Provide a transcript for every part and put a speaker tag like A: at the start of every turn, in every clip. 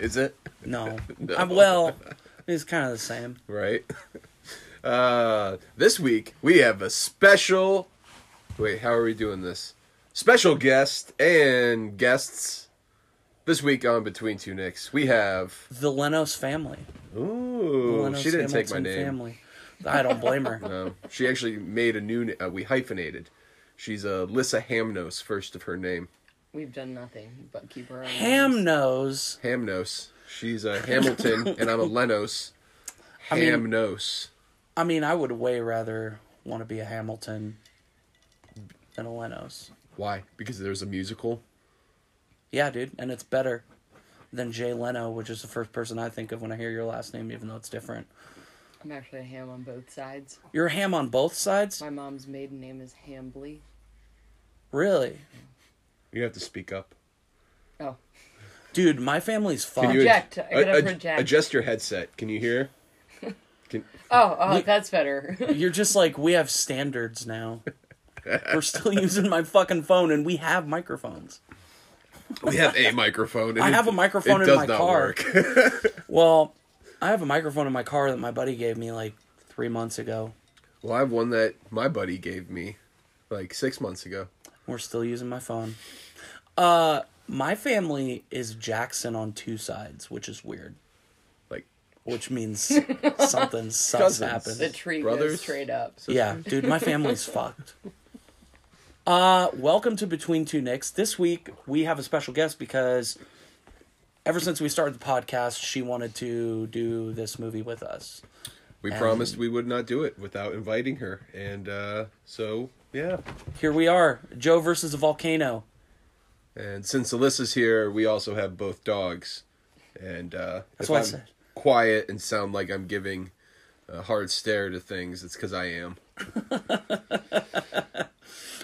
A: Is it?
B: No.
A: No.
B: I'm, well, it's kind of the same.
A: Right? Uh, this week, we have a special. Wait, how are we doing this? Special guest and guests. This week on Between Two Nicks, we have.
B: The Lenos family. The
A: Ooh,
B: Lenos
A: she didn't take my
B: Hamilton
A: name.
B: Family. I don't blame her.
A: No, she actually made a new. na- Uh, we hyphenated. She's uh, Lissa Hamnos, first of her name.
C: We've done nothing but keep her. own
B: Ham
C: names.
B: knows.
A: Hamnos. She's a Hamilton, and I'm a Lenos.
B: I mean-
A: Hamnos.
B: I mean, I would way rather want to be a Hamilton than a Lenos.
A: Why? Because there's a musical.
B: Yeah, dude, and it's better than Jay Leno, which is the first person I think of when I hear your last name, even though it's different.
C: I'm actually a ham on both sides.
B: You're a ham on both sides,
C: My mom's maiden name is Hambly.
B: really,
A: You have to speak up.
C: Oh,
B: dude. My family's fucked.
A: ad-
C: Project. I gotta
A: ad-
C: project.
A: Adjust your headset. Can you hear? Can,
C: oh, oh,
B: Look-
C: that's better.
B: You're just like we have standards now. We're still using my fucking phone, and we have microphones.
A: we have a microphone. and
B: I
A: it-
B: have a microphone
A: it
B: in
A: does
B: my
A: not
B: car.
A: work.
B: Well, I have a microphone in my car that my buddy gave me like three months ago.
A: well, I have one that my buddy gave me like six months ago.
B: We're still using my phone. Uh, my family is Jackson on two sides, which is weird.
A: Like,
B: Which means something sus
A: Cousins.
C: the
B: happened.
C: tree
A: Brothers?
C: goes straight up.
B: Yeah, dude, my family's fucked. Uh, welcome to Between Two Nicks. This week we have a special guest because ever since we started the podcast, she wanted to do this movie with us.
A: we
B: And-
A: promised we would not do it without inviting her, and uh, so yeah.
B: Here we are, Joe versus a volcano.
A: And since Alyssa's here, we also have both dogs. And uh,
B: That's
A: if
B: what I
A: I'm
B: said.
A: quiet and sound like I'm giving a hard stare to things, it's because I am.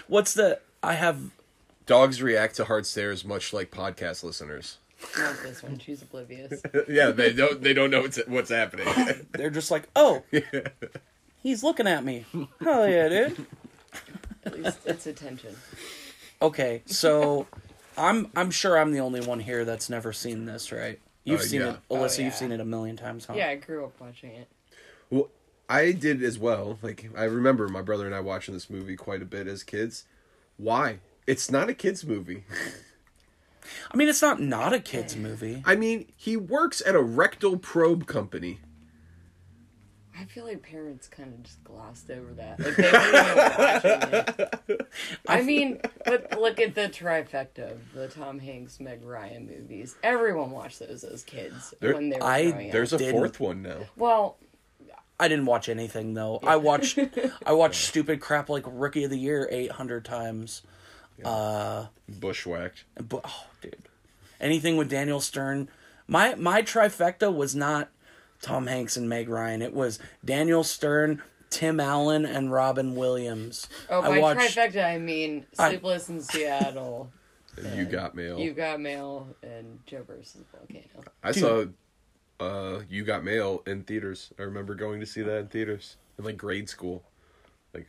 B: What's the? I have
A: Dogs react to hard stares much like podcast listeners.
C: Not this one. She's oblivious.
A: yeah, they don't. They don't know what's what's happening.
B: they're just like, oh, he's looking at me. Hell yeah, dude.
C: At least it's attention.
B: Okay, so I'm I'm sure I'm the only one here that's never seen this, right? You've
A: Uh,
B: seen
A: yeah.
B: it, Alyssa.
C: yeah.
B: You've seen it a million times, huh?
C: Yeah, I grew up watching it.
A: well, I did as well. Like I remember my brother and I watching this movie quite a bit as kids. Why? It's not a kids movie.
B: I mean, it's not not a kids movie.
A: I mean, he works at a rectal probe company.
C: I feel like parents kind of just glossed over that. Like they weren't even watching it. I mean, but look at the trifecta of the Tom Hanks, Meg Ryan movies. Everyone watched those as kids
A: There-
C: when they were
B: I-
C: growing
A: There's
C: up.
A: a
B: Didn't-
A: fourth one now.
C: Well,
B: I didn't watch anything though. I watched I watched stupid crap like Rookie of the Year eight hundred times.
A: Bushwhacked.
B: But oh, dude, anything with Daniel Stern. My my trifecta was not Tom Hanks and Meg Ryan. It was Daniel Stern, Tim Allen, and Robin Williams.
C: oh,
B: I
C: by
B: watched
C: trifecta I mean
B: I- Oh.
C: Sleepless in Seattle,
A: You got mail.
C: You Got Mail, and Joe versus the Volcano.
A: I
B: Dude.
A: saw uh You Got Mail in theaters. I remember going to see that in theaters in like grade school. Like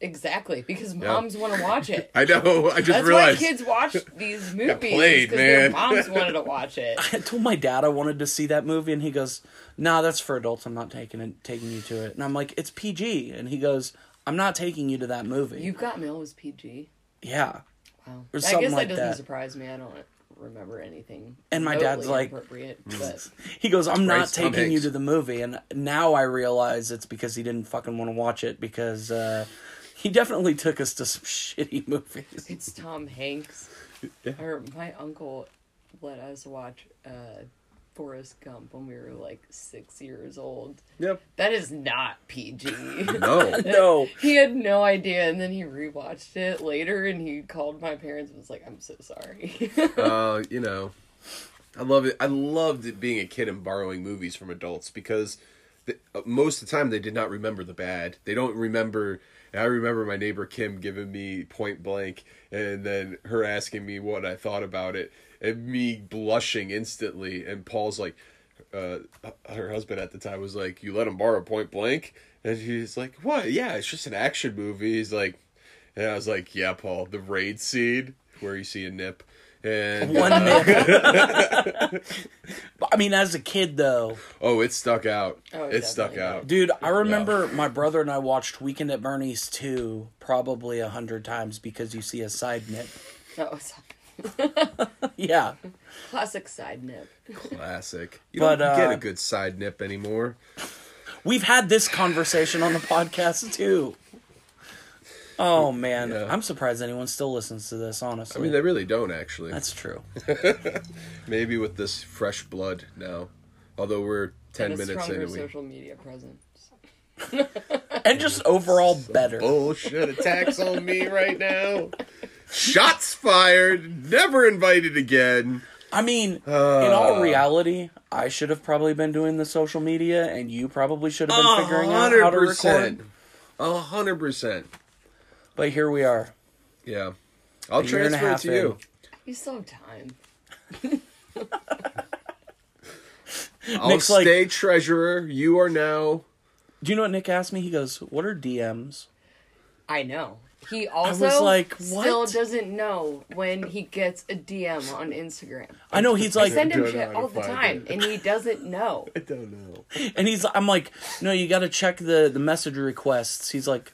C: Exactly, because moms want to watch it.
A: I know, I just
C: That's
A: realized
C: why kids watch these movies
A: played,
C: because their
A: man.
C: moms wanted to watch it.
B: I told my dad I wanted to see that movie, and he goes, "Nah, that's for adults. I'm not taking it, taking you to it." And I'm like, "It's PG," and he goes, "I'm not taking you to that movie."
C: You Got Mail was PG.
B: yeah,
C: Wow.
B: Or
C: I
B: something
C: guess
B: like
C: that doesn't
B: that.
C: surprise me. I don't remember anything.
B: And my dad's
C: remotely
B: like- "Mm."
C: inappropriate, but
B: he goes, "I'm not
A: Christ, Tom
B: taking you
A: Hanks.
B: to the movie." And now I realize it's because he didn't fucking want to watch it because uh, he definitely took us to some shitty movies.
C: it's Tom Hanks.
A: Yeah.
C: Or my uncle let us watch uh, Forrest Gump when we were like six years old.
A: Yep.
C: That is not PG.
A: No.
B: No,
C: he had no idea, and then he rewatched it later, and he called my parents and was like, "I'm so sorry."
A: uh, you know. I love it. I loved it being a kid and borrowing movies from adults because the, uh, most of the time they did not remember the bad. They don't remember. and I remember my neighbor Kim giving me Point Blank, and then her asking me what I thought about it, and me blushing instantly. And Paul's like, uh, her husband at the time was like, "You let him borrow Point Blank," and she's like, "What? Yeah, it's just an action movie." He's like, and I was like, "Yeah, Paul, the raid scene where you see a nip." and
B: One nickel. But, I mean, as a kid though,
A: oh, it stuck out.
C: Oh,
A: it stuck
C: definitely.
A: out.
B: dude, I remember my brother and I watched Weekend at Bernie's two probably a hundred times because you see a side nip.
C: That was
B: Yeah,
C: a classic side nip.
A: Classic. You
B: But,
A: don't get
B: uh,
A: a good side nip anymore.
B: we've had this conversation on the podcast too. Oh man,
A: Yeah.
B: I'm surprised anyone still listens to this. Honestly,
A: I mean, they really don't actually.
B: that's true.
A: Maybe with this fresh blood now. Although we're ten
C: and a
A: minutes in
C: stronger
A: and we
C: social media presence.
B: and just overall better.
A: bullshit attacks on me right now. Shots fired. Never invited again.
B: I mean, in
A: Uh.
B: all reality, I should have probably been doing the social media, and you probably should have been
A: A
B: figuring out how to
A: hundred percent.
B: record.
A: A hundred percent.
B: But here we are.
A: Yeah. I'll
B: year and a
A: transfer it
B: half
A: to you.
C: You still have time.
A: I'll
B: Nick's like-
A: stay treasurer. You are now.
B: Do you know what Nick asked me? He goes, "What are DMs?"
C: I know. He also
B: was like,
C: still
B: what?
C: doesn't know when he gets a DM on Instagram.
B: I know he's
C: I
B: like,
C: send him
A: don't know
C: shit
A: how to
C: all the
A: find
C: time,
A: it.
C: and he doesn't know.
A: I don't know.
B: and he's, I'm like, no, you got to check the the message requests. He's like,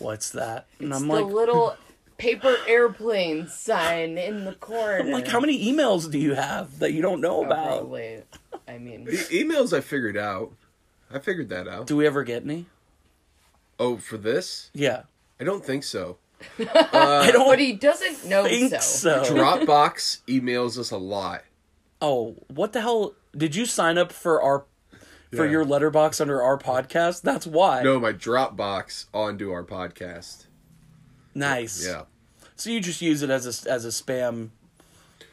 B: what's that? And I'm
C: It's
B: like,
C: the little paper airplane sign in the corner.
B: I'm like, how many emails do you have that you don't know
C: Oh,
B: about?
C: probably. I mean,
A: E- emails I figured out. I figured that out.
B: Do we ever get any?
A: oh, for this?
B: Yeah,
A: I don't think so.
B: I don't
C: but he doesn't know
B: think
C: so.
B: so.
A: Dropbox emails us a lot.
B: Oh, what the hell? Did you sign up for our for
A: Yeah.
B: your letterbox under our podcast? That's why.
A: No, my Dropbox onto our podcast.
B: Nice.
A: Yeah.
B: So you just use it as a as a spam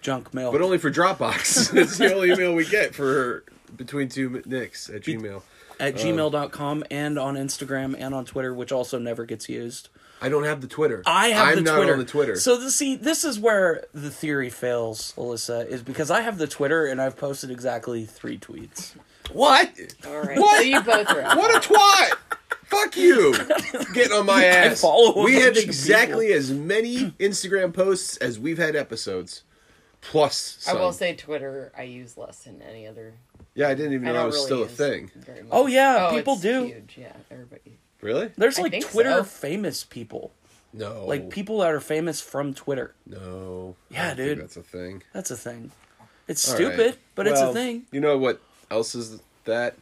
B: junk mail.
A: But uh, only for Dropbox. it's the only email we get for between two nicks at Gmail.
B: at gmail.com and on Instagram and on Twitter, which also never gets used.
A: I don't have the Twitter.
B: I have
A: I'm
B: the
A: not
B: Twitter.
A: on the Twitter.
B: So the, see, this is where the theory fails, Alyssa, is because I have the Twitter and I've posted exactly three tweets.
A: what?
C: All right,
A: What?
C: so you both are. out.
A: What a twat! Fuck you! Getting on my ass.
B: follow a
A: we
B: bunch
A: have
B: of
A: exactly as many Instagram posts as we've had episodes. Plus,
C: I
A: some.
C: will say Twitter. I use less than any other.
A: yeah, I didn't even
C: I
A: know it
C: don't
A: was
C: really
A: still a thing.
C: use very much.
B: Oh, yeah, people
C: it's
B: do.
C: Huge. Yeah, everybody.
A: Really?
B: There's
C: I
B: like
C: think
B: Twitter
C: so.
B: famous people.
A: No.
B: Like people that are famous from Twitter.
A: No.
B: Yeah,
A: I don't think
B: dude.
A: that's a thing.
B: That's a thing. It's
A: All
B: stupid,
A: right.
B: but
A: Well,
B: it's a thing.
A: You know what else is that?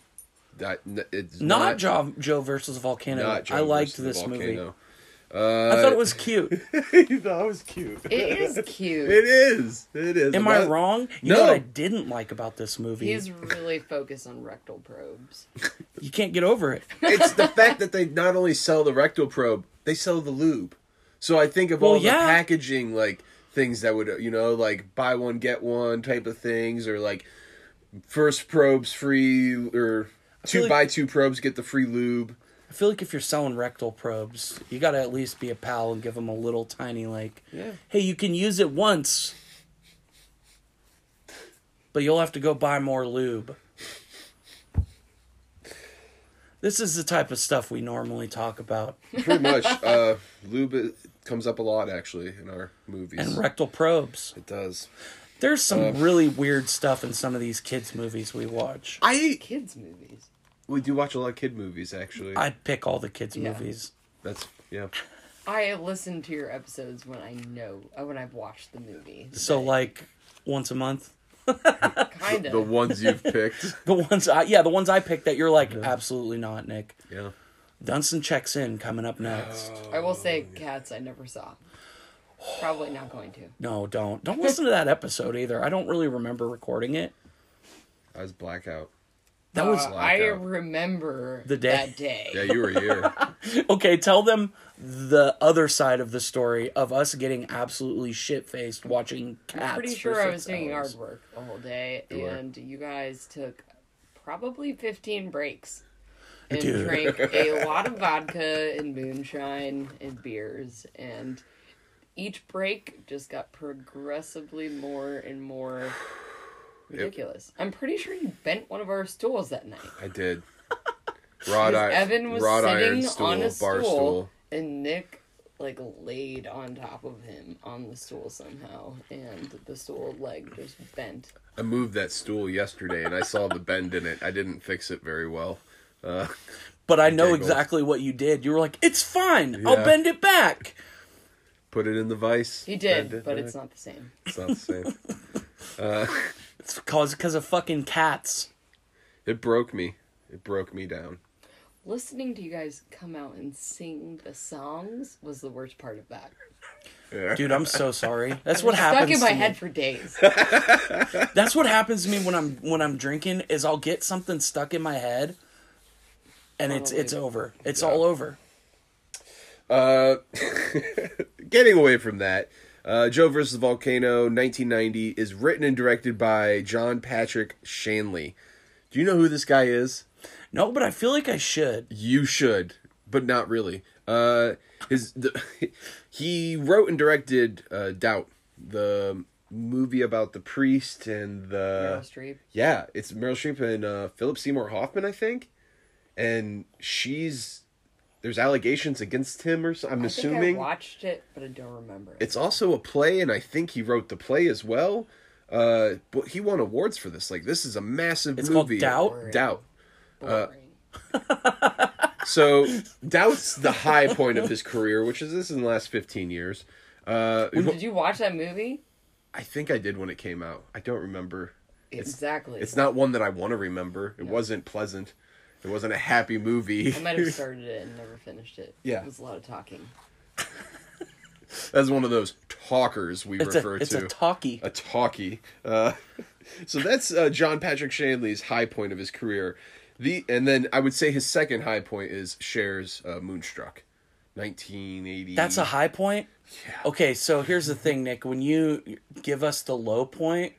A: That n- it's
B: Not,
A: not
B: Joe, Joe versus Volcano.
A: not Joe
B: I liked
A: versus the
B: this movie.
A: volcano. Uh,
B: I thought it was cute.
A: that was cute.
C: It is cute.
A: It is. It is.
B: Am
A: I'm
B: I
A: not-
B: wrong? You know what
A: No.
B: I didn't like about this movie?
C: He's really focused on rectal probes.
B: You can't get over it.
A: It's the fact that they not only sell the rectal probe, they sell the lube. So I think of
B: Well,
A: all the
B: yeah.
A: packaging, like things that would, you know, like buy one get one type of things, or like first probes free, or two
B: like-
A: buy two probes get the free lube.
B: I feel like if you're selling rectal probes, you got to at least be a pal and give them a little tiny, like,
A: Yeah.
B: hey, you can use it once, but you'll have to go buy more lube. This is the type of stuff we normally talk about.
A: Pretty much, uh, lube i- comes up a lot actually in our movies.
B: And rectal probes.
A: it does.
B: There's some really weird stuff in some of these kids' movies we watch.
A: I
C: Kids movies.
A: we do watch a lot of kid movies actually.
B: I'd pick all the kids'
C: Yeah.
B: movies.
A: That's yeah.
C: I listen to your episodes when I know uh, when I've watched the movie.
B: So like once a month.
C: kind
A: The
C: of.
A: ones you've picked.
B: The ones I yeah, the ones I picked that you're like absolutely not, Nick.
A: Yeah.
B: Dunstan checks in coming up next.
C: I will
A: Oh,
C: say, cats I never saw. Probably not going to.
B: No, don't. Don't listen to that episode either. I don't really remember recording it.
A: I was blackout.
B: That was
C: Uh, I
A: Blackout.
C: remember
B: The day.
C: that day.
A: Yeah, you were here.
B: Okay, tell them the other side of the story of us getting absolutely shit faced watching cats.
C: I'm pretty
B: for
C: sure I was
B: six
C: doing
B: hours.
C: yard work the whole day,
A: You were.
C: and you guys took probably 15 breaks and
B: Dude.
C: drank a lot of vodka and moonshine and beers, and each break just got progressively more and more ridiculous. I'm pretty sure you bent one of our stools that night.
A: I did. Rod iron.
C: Evan was
A: rod
C: sitting
A: iron stool,
C: on a
A: bar
C: stool,
A: stool.
C: and Nick like laid on top of him on the stool somehow, and the stool leg just bent.
A: I moved that stool yesterday and I saw the bend in it. I didn't fix it very well. Uh,
B: But I know
A: giggled.
B: exactly what you did. You were like, "It's fine. I'll
A: Yeah.
B: bend it back."
A: put it in the vise.
C: He did,
A: bend it
C: but
A: back.
C: it's not the same.
A: It's not the same.
B: It's cause because of fucking cats.
A: it broke me. It broke me down.
C: Listening to you guys come out and sing the songs was the worst part of that.
A: Yeah.
B: Dude, I'm so sorry. That's what
C: It
B: happens.
C: Stuck in my
B: to me.
C: head for days.
B: That's what happens to me when I'm when I'm drinking is I'll get something stuck in my head and it's it's
C: Probably.
B: over. It's
A: Yeah.
B: all over.
A: Uh, getting away from that, uh, Joe versus the Volcano, 1990, is written and directed by John Patrick Shanley. Do you know who this guy is?
B: No, but I feel like I should.
A: You should, but not really. Uh, his the, he wrote and directed uh, Doubt, the movie about the priest and the
C: Meryl Streep.
A: yeah, it's Meryl Streep and uh, Philip Seymour Hoffman, I think, and she's there's allegations against him or so, I'm
C: I think
A: assuming.
C: I watched it, but I don't remember it.
A: It's also a play, and I think he wrote the play as well. Uh, but he won awards for this. Like this is a massive
B: It's called
A: movie.
B: Doubt?
A: Doubt. uh,
C: Boring.
A: So Doubt's the high point of his career, which is this in the last fifteen years. Uh,
C: Did you watch that movie?
A: I think I did when it came out. I don't remember.
C: exactly.
A: It's not one that I want to remember. It wasn't pleasant. It wasn't a happy movie.
C: I might have started it and never finished it.
A: Yeah.
C: It was a lot of talking.
A: That's one of those talkers we
B: It's a
A: refer
B: it's
A: to.
B: a talkie.
A: a talkie. Uh, so that's uh, John Patrick Shanley's high point of his career. The and then I would say his second high point is Cher's uh, Moonstruck, nineteen eighty.
B: That's a high point. Okay, so here's the thing, Nick. When you give us the low point,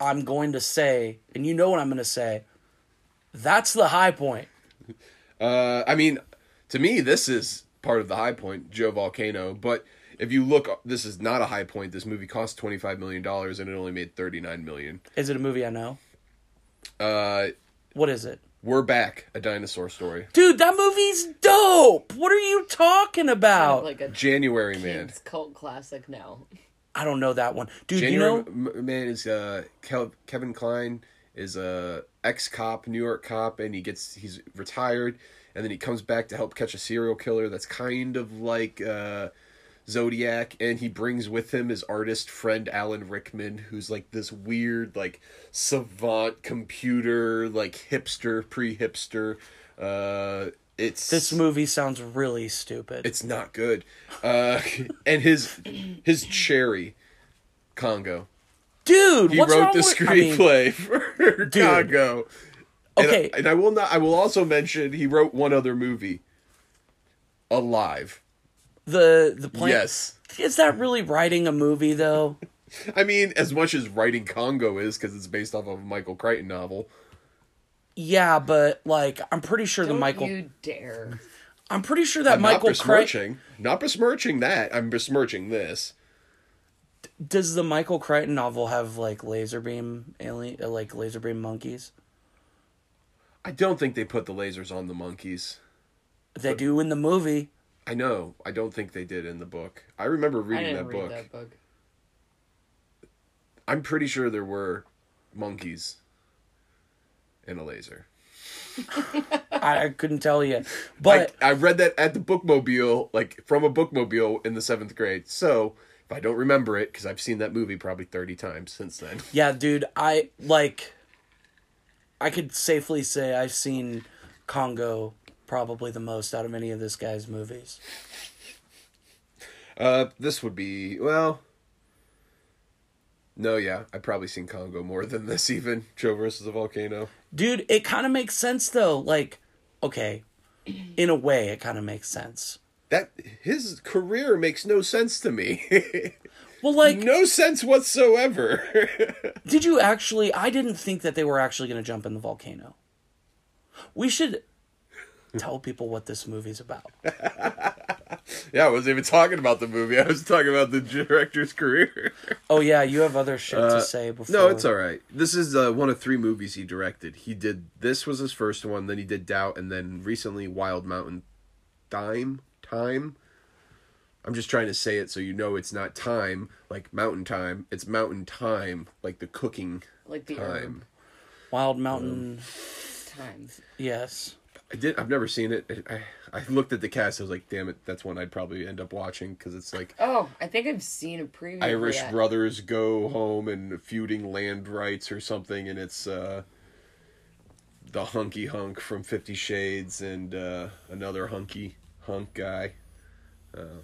B: I'm going to say, and you know what I'm going to say. That's the high point.
A: Uh, I mean, to me, this is part of the high point, Joe Volcano. But if you look, this is not a high point. This movie cost twenty five million dollars and it only made thirty nine million.
B: Is it a movie I know?
A: Uh,
B: What is it?
A: we're back, a dinosaur story.
B: Dude, that movie's dope. What are you talking
C: Kind
A: Uh,
B: about?
C: of like a
A: January Man.
C: kids cult classic now.
B: I don't know that one. Dude,
A: January
B: you know
A: M- man is uh Kel- Kevin Klein is a ex cop, New York cop, and he gets he's retired, and then he comes back to help catch a serial killer that's kind of like uh, Zodiac, and he brings with him his artist friend Alan Rickman, who's like this weird like savant computer like hipster pre hipster. Uh, it's
B: this movie sounds really stupid.
A: it's not good. Uh, and his his cherry Congo.
B: Dude,
A: He
B: what's
A: wrote
B: wrong
A: the
B: with, I mean,
A: screenplay for Congo. And I-
B: Okay.
A: and I, will not. I will also mention he wrote one other movie, Alive.
B: the the plan.
A: Yes,
B: Is that really writing a movie though?
A: I mean as much as writing Congo is because it's based off of a Michael Crichton novel.
B: yeah, but like I'm pretty sure
C: Don't
B: the Michael
C: you dare.
B: I'm pretty sure that
A: I'm not
B: Michael Crichton
A: besmirching, not besmirching that. I'm besmirching this.
B: does the Michael Crichton novel have like laser beam alien uh, like laser beam monkeys?
A: I don't think they put the lasers on the monkeys.
B: They do in the movie.
A: I know. I don't think they did in the book. I remember
C: I
A: reading
C: didn't
A: that
C: read
A: book.
C: that book.
A: I'm pretty sure there were monkeys and a laser.
B: I, I couldn't tell you, but
A: I, I read that at the bookmobile, like from a bookmobile in the seventh grade. So if I don't remember it, because I've seen that movie probably thirty times since then.
B: Yeah, dude, I like I could safely say I've seen Congo probably the most out of any of this guy's movies.
A: Uh, this would be well. No, yeah, I've probably seen Congo more than this. Even Joe versus the volcano.
B: Dude, it kind of makes sense though. Like, okay, in a way it kind of makes sense.
A: That his career makes no sense to me.
B: Well, like
A: no sense whatsoever.
B: did you actually I didn't think that they were actually going to jump in the volcano. We should tell people what this movie's about.
A: yeah, I wasn't even talking about the movie. I was talking about the director's career.
B: Oh yeah, you have other shit
A: Uh,
B: to say before
A: No, it's all right. This is uh, one of three movies he directed. He did this was his first one. Then he did Doubt, and then recently Wild Mountain Dime Time. I'm just trying to say it so you know it's not time like mountain time. It's mountain time like the cooking
C: Like the
A: time.
B: Wild Mountain.
C: herb times.
B: Yes.
A: I did. I've never seen it. I I looked at the cast. I was like, damn it, that's one I'd probably end up watching because it's like
C: Oh, I think I've seen a preview. for
A: Irish
C: that.
A: brothers go home and feuding land rights or something, and it's uh, the hunky hunk from Fifty Shades and uh, another hunky hunk guy. Uh,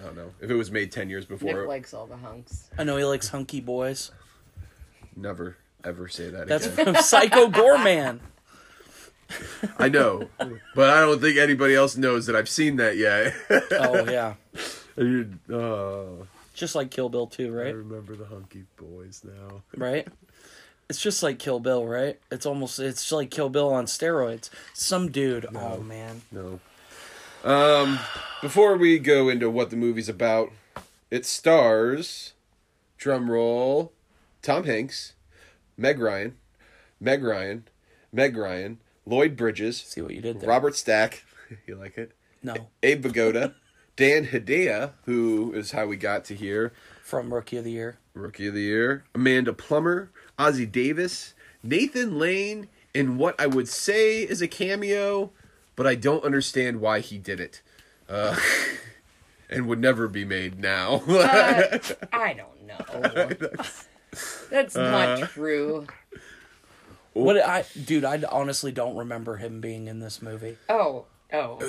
A: I don't know if it was made ten years
C: Nick
A: before.
C: likes all the hunks.
B: I know he likes hunky boys.
A: never ever say that
B: That's
A: again.
B: from Psycho Gorman.
A: I know, but I don't think anybody else knows that I've seen that yet.
B: Oh yeah.
A: You- oh,
B: Just like Kill Bill too,
A: I
B: right?
A: remember the hunky boys now.
B: Right? It's just like Kill Bill, right? It's almost it's like Kill Bill on steroids. Some dude. Oh man.
A: No. Um, before we go into what the movie's about, it stars, drum roll, Tom Hanks, Meg Ryan, Meg Ryan, Meg Ryan, Lloyd Bridges,
B: See what you did there.
A: Robert Stack. you like it?
B: No.
A: Abe Vigoda, Dan Hedaya, who is how we got to here,
B: From Rookie of the Year.
A: Rookie of the Year, Amanda Plummer, Ozzie Davis, Nathan Lane, in what I would say is a cameo, but I don't understand why he did it. Uh, and would never be made now.
C: Uh, I don't know. That's
A: Uh.
C: not true.
B: What I dude, I honestly don't remember him being in this movie.
C: Oh, oh.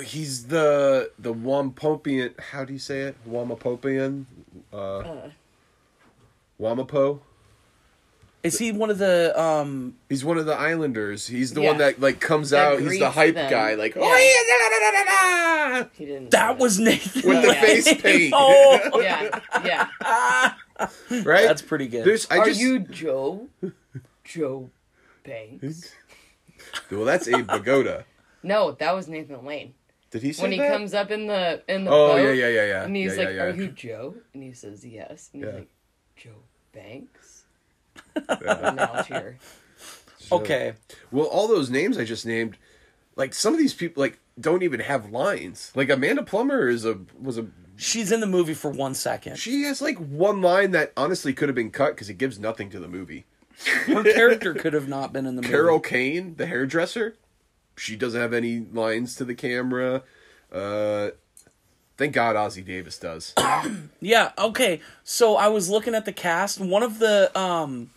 A: He's the the Wampopian. How do you say it? Wamapopian. Uh,
C: Uh,
A: Wamapo.
B: Is he one of the um
A: He's one of the Islanders. He's the
C: Yeah.
A: one that like comes out.
C: That
A: He's the
C: greets
A: hype
C: them.
A: guy. Like,
C: Yeah.
A: oh yeah, da, da, da, da, da, da."
C: he didn't.
B: that was Nathan
A: with the
B: Lane.
A: face paint.
B: Oh,
C: Yeah, yeah.
A: right?
B: That's pretty good.
A: There's, I
C: Are
A: just,
C: you Joe? Joe Banks?
A: Well, that's Abe Bagoda.
C: No, that was Nathan Lane.
A: Did he say
C: When he
A: that?
C: comes up in the in the
A: Oh
C: boat,
A: yeah, yeah, yeah, yeah.
C: and he's
A: yeah,
C: like,
A: yeah,
C: "Are
A: yeah.
C: you Joe?" And he says, "Yes." And he's
A: Yeah.
C: like, "Joe Banks."
A: Yeah.
C: And now it's here.
B: okay.
A: Well, all those names I just named, like some of these people, like don't even have lines. Like Amanda Plummer is a was a
B: She's in the movie for one second.
A: she has like one line that honestly could have been cut because it gives nothing to the movie.
B: Her character could have not been in the movie.
A: Carol Kane, the hairdresser, she doesn't have any lines to the camera. Uh, thank God Ozzie Davis does.
B: Yeah, okay. So I was looking at the cast. One of the um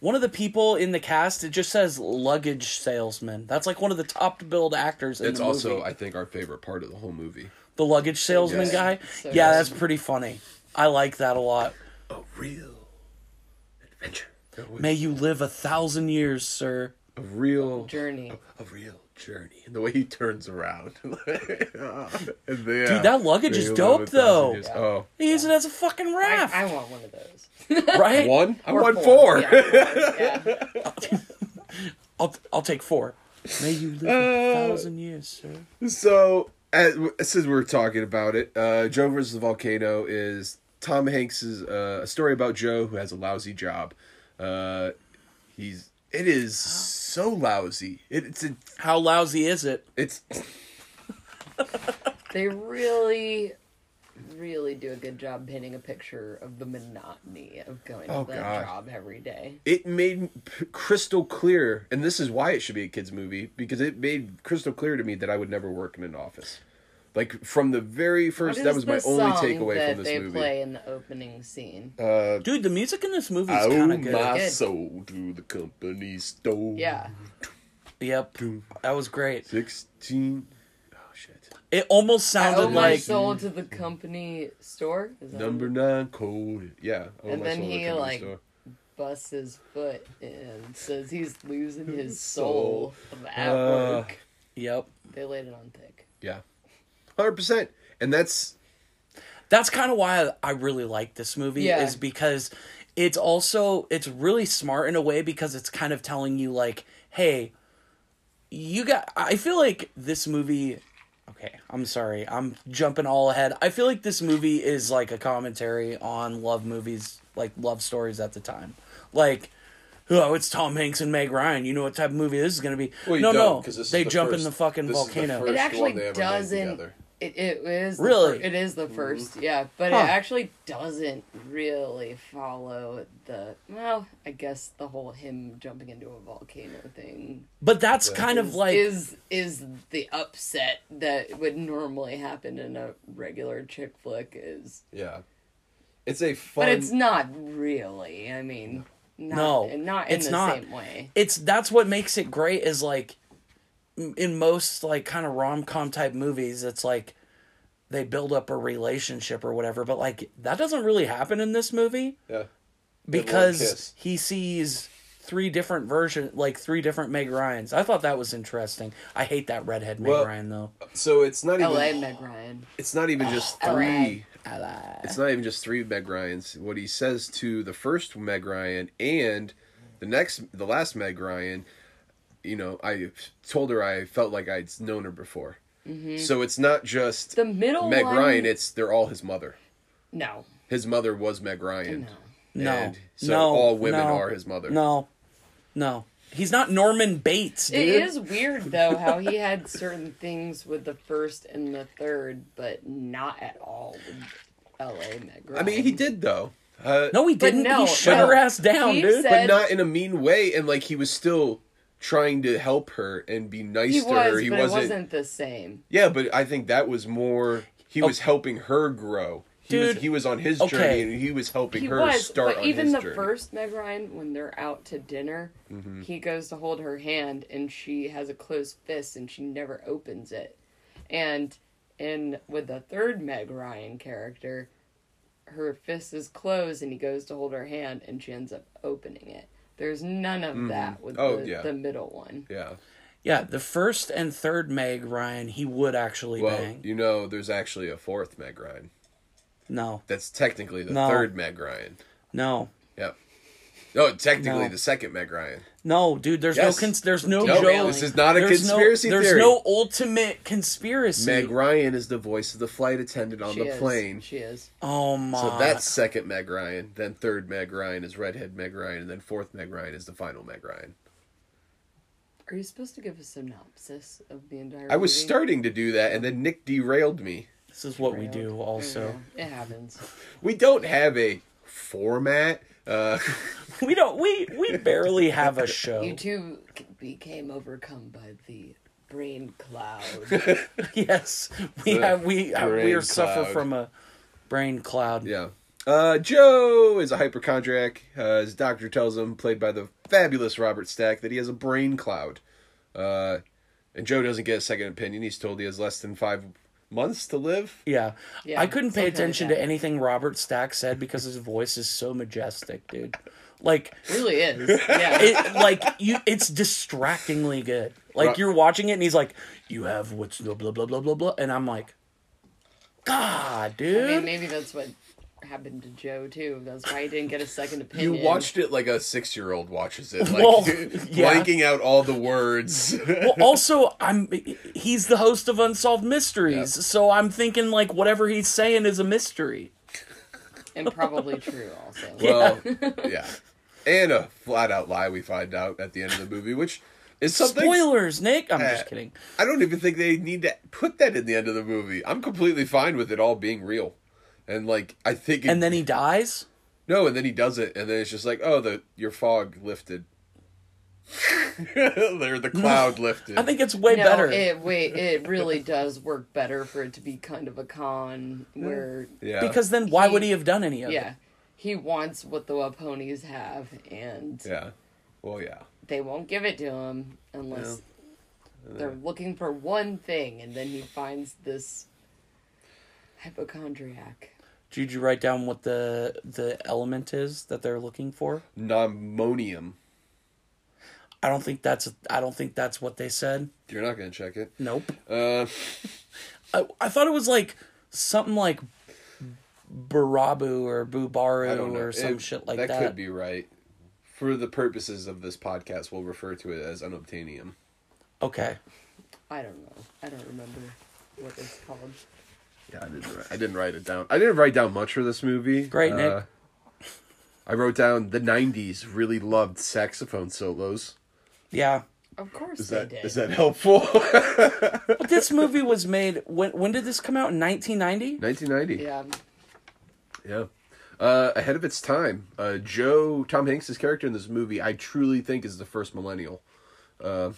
B: one of the people in the cast, it just says luggage salesman. That's like one of the top billed actors in
A: It's
B: the
A: also,
B: movie.
A: I think, our favorite part of the whole movie.
B: the luggage salesman
A: Yes.
B: guy.
C: So
B: yeah,
C: good.
B: that's pretty funny. I like that a lot.
A: A real adventure.
B: May you live a thousand years, sir.
A: A real
C: Journey.
A: a real journey. And the way he turns around. and they, uh,
B: Dude, that luggage
A: they
B: is
A: live
B: dope
A: a thousand
B: though.
A: years. Oh,
B: They use it as a fucking raft,
C: I, I want one of those.
B: right?
A: one? I
C: Or
A: want four.
C: Yeah, one, yeah.
B: I'll I'll take four. May you live a thousand years, sir.
A: so, as, since we're talking about it, uh, Joe versus the Volcano is Tom Hanks's uh, a story about Joe who has a lousy job. Uh, he's it is so lousy. It, it's a,
B: How lousy is it?
A: it's
C: They really, really do a good job painting a picture of the monotony of going to
A: Oh,
C: that
A: God.
C: job every day.
A: it made p- crystal clear, and this is why it should be a kids movie because it made crystal clear to me that I would never work in an office. Like from the very
C: What
A: first,
C: is
A: that was my
C: the
A: only
C: song
A: takeaway
C: that
A: from
C: they
A: this movie. Oh. Uh,
C: play in the opening scene.
B: Dude, the music in this movie
A: I
B: is kind
A: owe
B: of good.
A: Oh my
C: Good.
A: soul to the company store.
C: yeah,
B: Yep, that was great.
A: sixteen. Oh shit!
B: It almost
C: I
B: sounded
C: owe Oh, my
B: like
C: soul to the company store. Is that
A: Number nine, cold. Yeah. I owe
C: And
A: my
C: then
A: soul to the
C: he,
A: company
C: like,
A: store.
C: busts his foot and says he's losing his soul at
A: Uh,
C: work.
B: Yep.
C: They laid it on thick.
A: yeah, hundred percent. And that's
B: That's kind of why I really like this movie
C: Yeah.
B: is because it's also it's really smart in a way because it's kind of telling you like, hey, you got I feel like this movie Okay, I'm sorry. I'm jumping all ahead. I feel like this movie is like a commentary on love movies, like love stories at the time. Like Oh, it's Tom Hanks and Meg Ryan. You know what type of movie this is going to be?
A: Well, you
B: no,
A: don't,
B: no.
A: 'cause this is
B: They
A: the
B: jump in
A: first-
B: the fucking
A: this is the
B: volcano.
A: first
C: It
A: one
C: actually
A: they ever made
C: doesn't.
A: together.
C: It, it is the
B: Really? Mm-hmm.
C: fir- it is the first, yeah. But
B: Huh.
C: it actually doesn't really follow the well. I guess the whole him jumping into a volcano thing
B: But that's kind of
C: is-
B: like
C: is is the upset that would normally happen in a regular chick flick is,
A: Yeah. It's a fun.
C: but it's not really. I mean, not,
B: No,
C: not in
B: it's
C: the
B: not.
C: same way.
B: it's that's what makes it great is like m- in most like kind of rom-com type movies it's like they build up a relationship or whatever but like that doesn't really happen in this movie
A: Yeah.
B: because
A: kiss.
B: he sees three different version like three different Meg Ryans. I thought that was interesting. I hate that redhead Meg
A: Well-
B: Ryan though.
A: So it's not even.
C: L.A. Meg Ryan.
A: It's not even just
C: Oh,
A: three.
C: LA.
A: It's not even just three Meg Ryan's. What he says to the first Meg Ryan and the next, the last Meg Ryan, you know, I told her I felt like I'd known her before. So it's not just
C: Mm-hmm. The middle
A: Meg
C: one-
A: Ryan. It's they're all his mother.
C: No,
A: His mother was Meg Ryan.
C: no.
B: No.
A: And so
B: no.
A: all women
B: no,
A: are his mother.
B: No. No. He's not Norman Bates, dude.
C: It is weird though how he had certain things with the first and the third, but not at all with L.A. Meg
A: I mean, he
C: Ryan.
A: did though. Uh,
B: No, he didn't.
C: no,
B: he shut
C: no.
B: her ass down,
C: He
B: dude.
A: but
C: said-
A: not in a mean way, and like he was still trying to help her and be nice
C: He
A: to
C: was,
A: her. He
C: but
A: wasn't,
C: it wasn't the same.
A: Yeah, but I think that was more. He
C: Oh.
A: was helping her grow. He
B: Dude,
A: was, he was on his
B: okay.
A: journey, and he was helping
C: He
A: her
C: was,
A: start
C: but
A: on
C: even
A: his
C: the
A: journey. Mm-hmm.
C: first Meg Ryan, when they're out to dinner, he goes to hold her hand, and she has a closed fist, and she never opens it. And in with the third Meg Ryan character, her fist is closed, and he goes to hold her hand, and she ends up opening it. There's none of that with
A: Oh,
C: the,
A: yeah.
C: the middle one.
A: yeah.
B: yeah, the first and third Meg Ryan, he would actually
A: Well,
B: bang.
A: you know, there's actually a fourth Meg Ryan.
B: No.
A: That's technically the
B: No.
A: third Meg Ryan.
B: No.
A: Yep. No, technically
B: No.
A: the second Meg Ryan.
B: No, dude, there's
A: Yes.
B: no cons- there's no,
A: No,
B: joke.
A: this is not a
B: there's
A: conspiracy
B: no,
A: theory.
B: There's no ultimate conspiracy.
A: Meg Ryan is the voice of the flight attendant on
C: She
A: the
C: is.
A: plane.
C: She is.
B: Oh my.
A: So that's second Meg Ryan. Then third Meg Ryan is redhead Meg Ryan, and then fourth Meg Ryan is the final Meg Ryan.
C: Are you supposed to give a synopsis of the entire?
A: I was
C: movie?
A: starting to do that, and then Nick derailed me.
B: this is what we do also.
C: Yeah, it happens.
A: We don't have a format. Uh,
B: We don't we we barely have a show.
C: You two c- became overcome by the brain cloud.
B: Yes, we
A: The
B: have we uh, we
A: brain
B: are suffer
A: cloud.
B: from a brain cloud.
A: yeah. Uh, Joe is a hypochondriac. Uh, his doctor tells him, played by the fabulous Robert Stack, that he has a brain cloud. Uh, and Joe doesn't get a second opinion. He's told he has less than five months to live.
B: Yeah.
C: Yeah,
B: I couldn't pay
C: something like
B: attention
C: that.
B: to anything Robert Stack said because his voice is so majestic, dude. Like
C: really is. Yeah.
B: it like you it's distractingly good. Like
A: Right.
B: you're watching it and he's like, You have what's blah blah blah blah blah blah and I'm like God,
C: I
B: dude.
C: mean, maybe that's what happened to Joe too. That's why he didn't get a second
A: You
C: opinion.
A: watched it like a six year old watches it, like
B: Well, yeah.
A: blanking out all the words.
B: well, also, I'm he's the host of Unsolved Mysteries, so I'm thinking like whatever he's saying is a mystery.
C: and probably true also.
A: well, yeah. And a flat out lie we find out at the end of the movie, which is something.
B: Spoilers, Nick. I'm
A: Uh,
B: just kidding.
A: I don't even think they need to put that in the end of the movie. I'm completely fine with it all being real. And like I think it,
B: And then he dies.
A: no, and then he does it, and then it's just like, oh, the your fog lifted, or the cloud lifted.
B: I think it's way
C: no,
B: better.
C: it wait, it really does work better for it to be kind of a con where
A: yeah,
B: because then why would
C: He-
B: he have done any of it?
C: yeah. He wants what the ponies have, and
A: yeah, well, yeah,
C: they won't give it to him unless they're looking for one thing, and then he finds this hypochondriac.
B: Did you write down what the the element is that they're looking for?
A: nomonium.
B: I don't think that's I don't think that's what they said.
A: You're not gonna check it.
B: Nope.
A: Uh,
B: I, I thought it was like something like Barabu or
A: I don't
B: Bubaru
A: know.
B: or some
A: It-
B: shit like
A: that
B: that.
A: could be right. For the purposes of this podcast, we'll refer to it as unobtainium.
B: Okay.
C: I don't know. I don't remember what it's called.
A: Yeah, I didn't. Write, I didn't write it down. I didn't write down much for this movie. Uh,
B: Great, Nick.
A: I wrote down the '90s really loved saxophone solos.
B: Yeah.
C: Of course
A: Is
C: they
A: that
C: did.
A: is that helpful?
B: But this movie was made when when did this come out? In 1990?
A: 1990.
C: yeah.
A: Yeah. Uh, ahead of its time, uh, Joe Tom Hanks' character in this movie, I truly think, is the first millennial. Uh,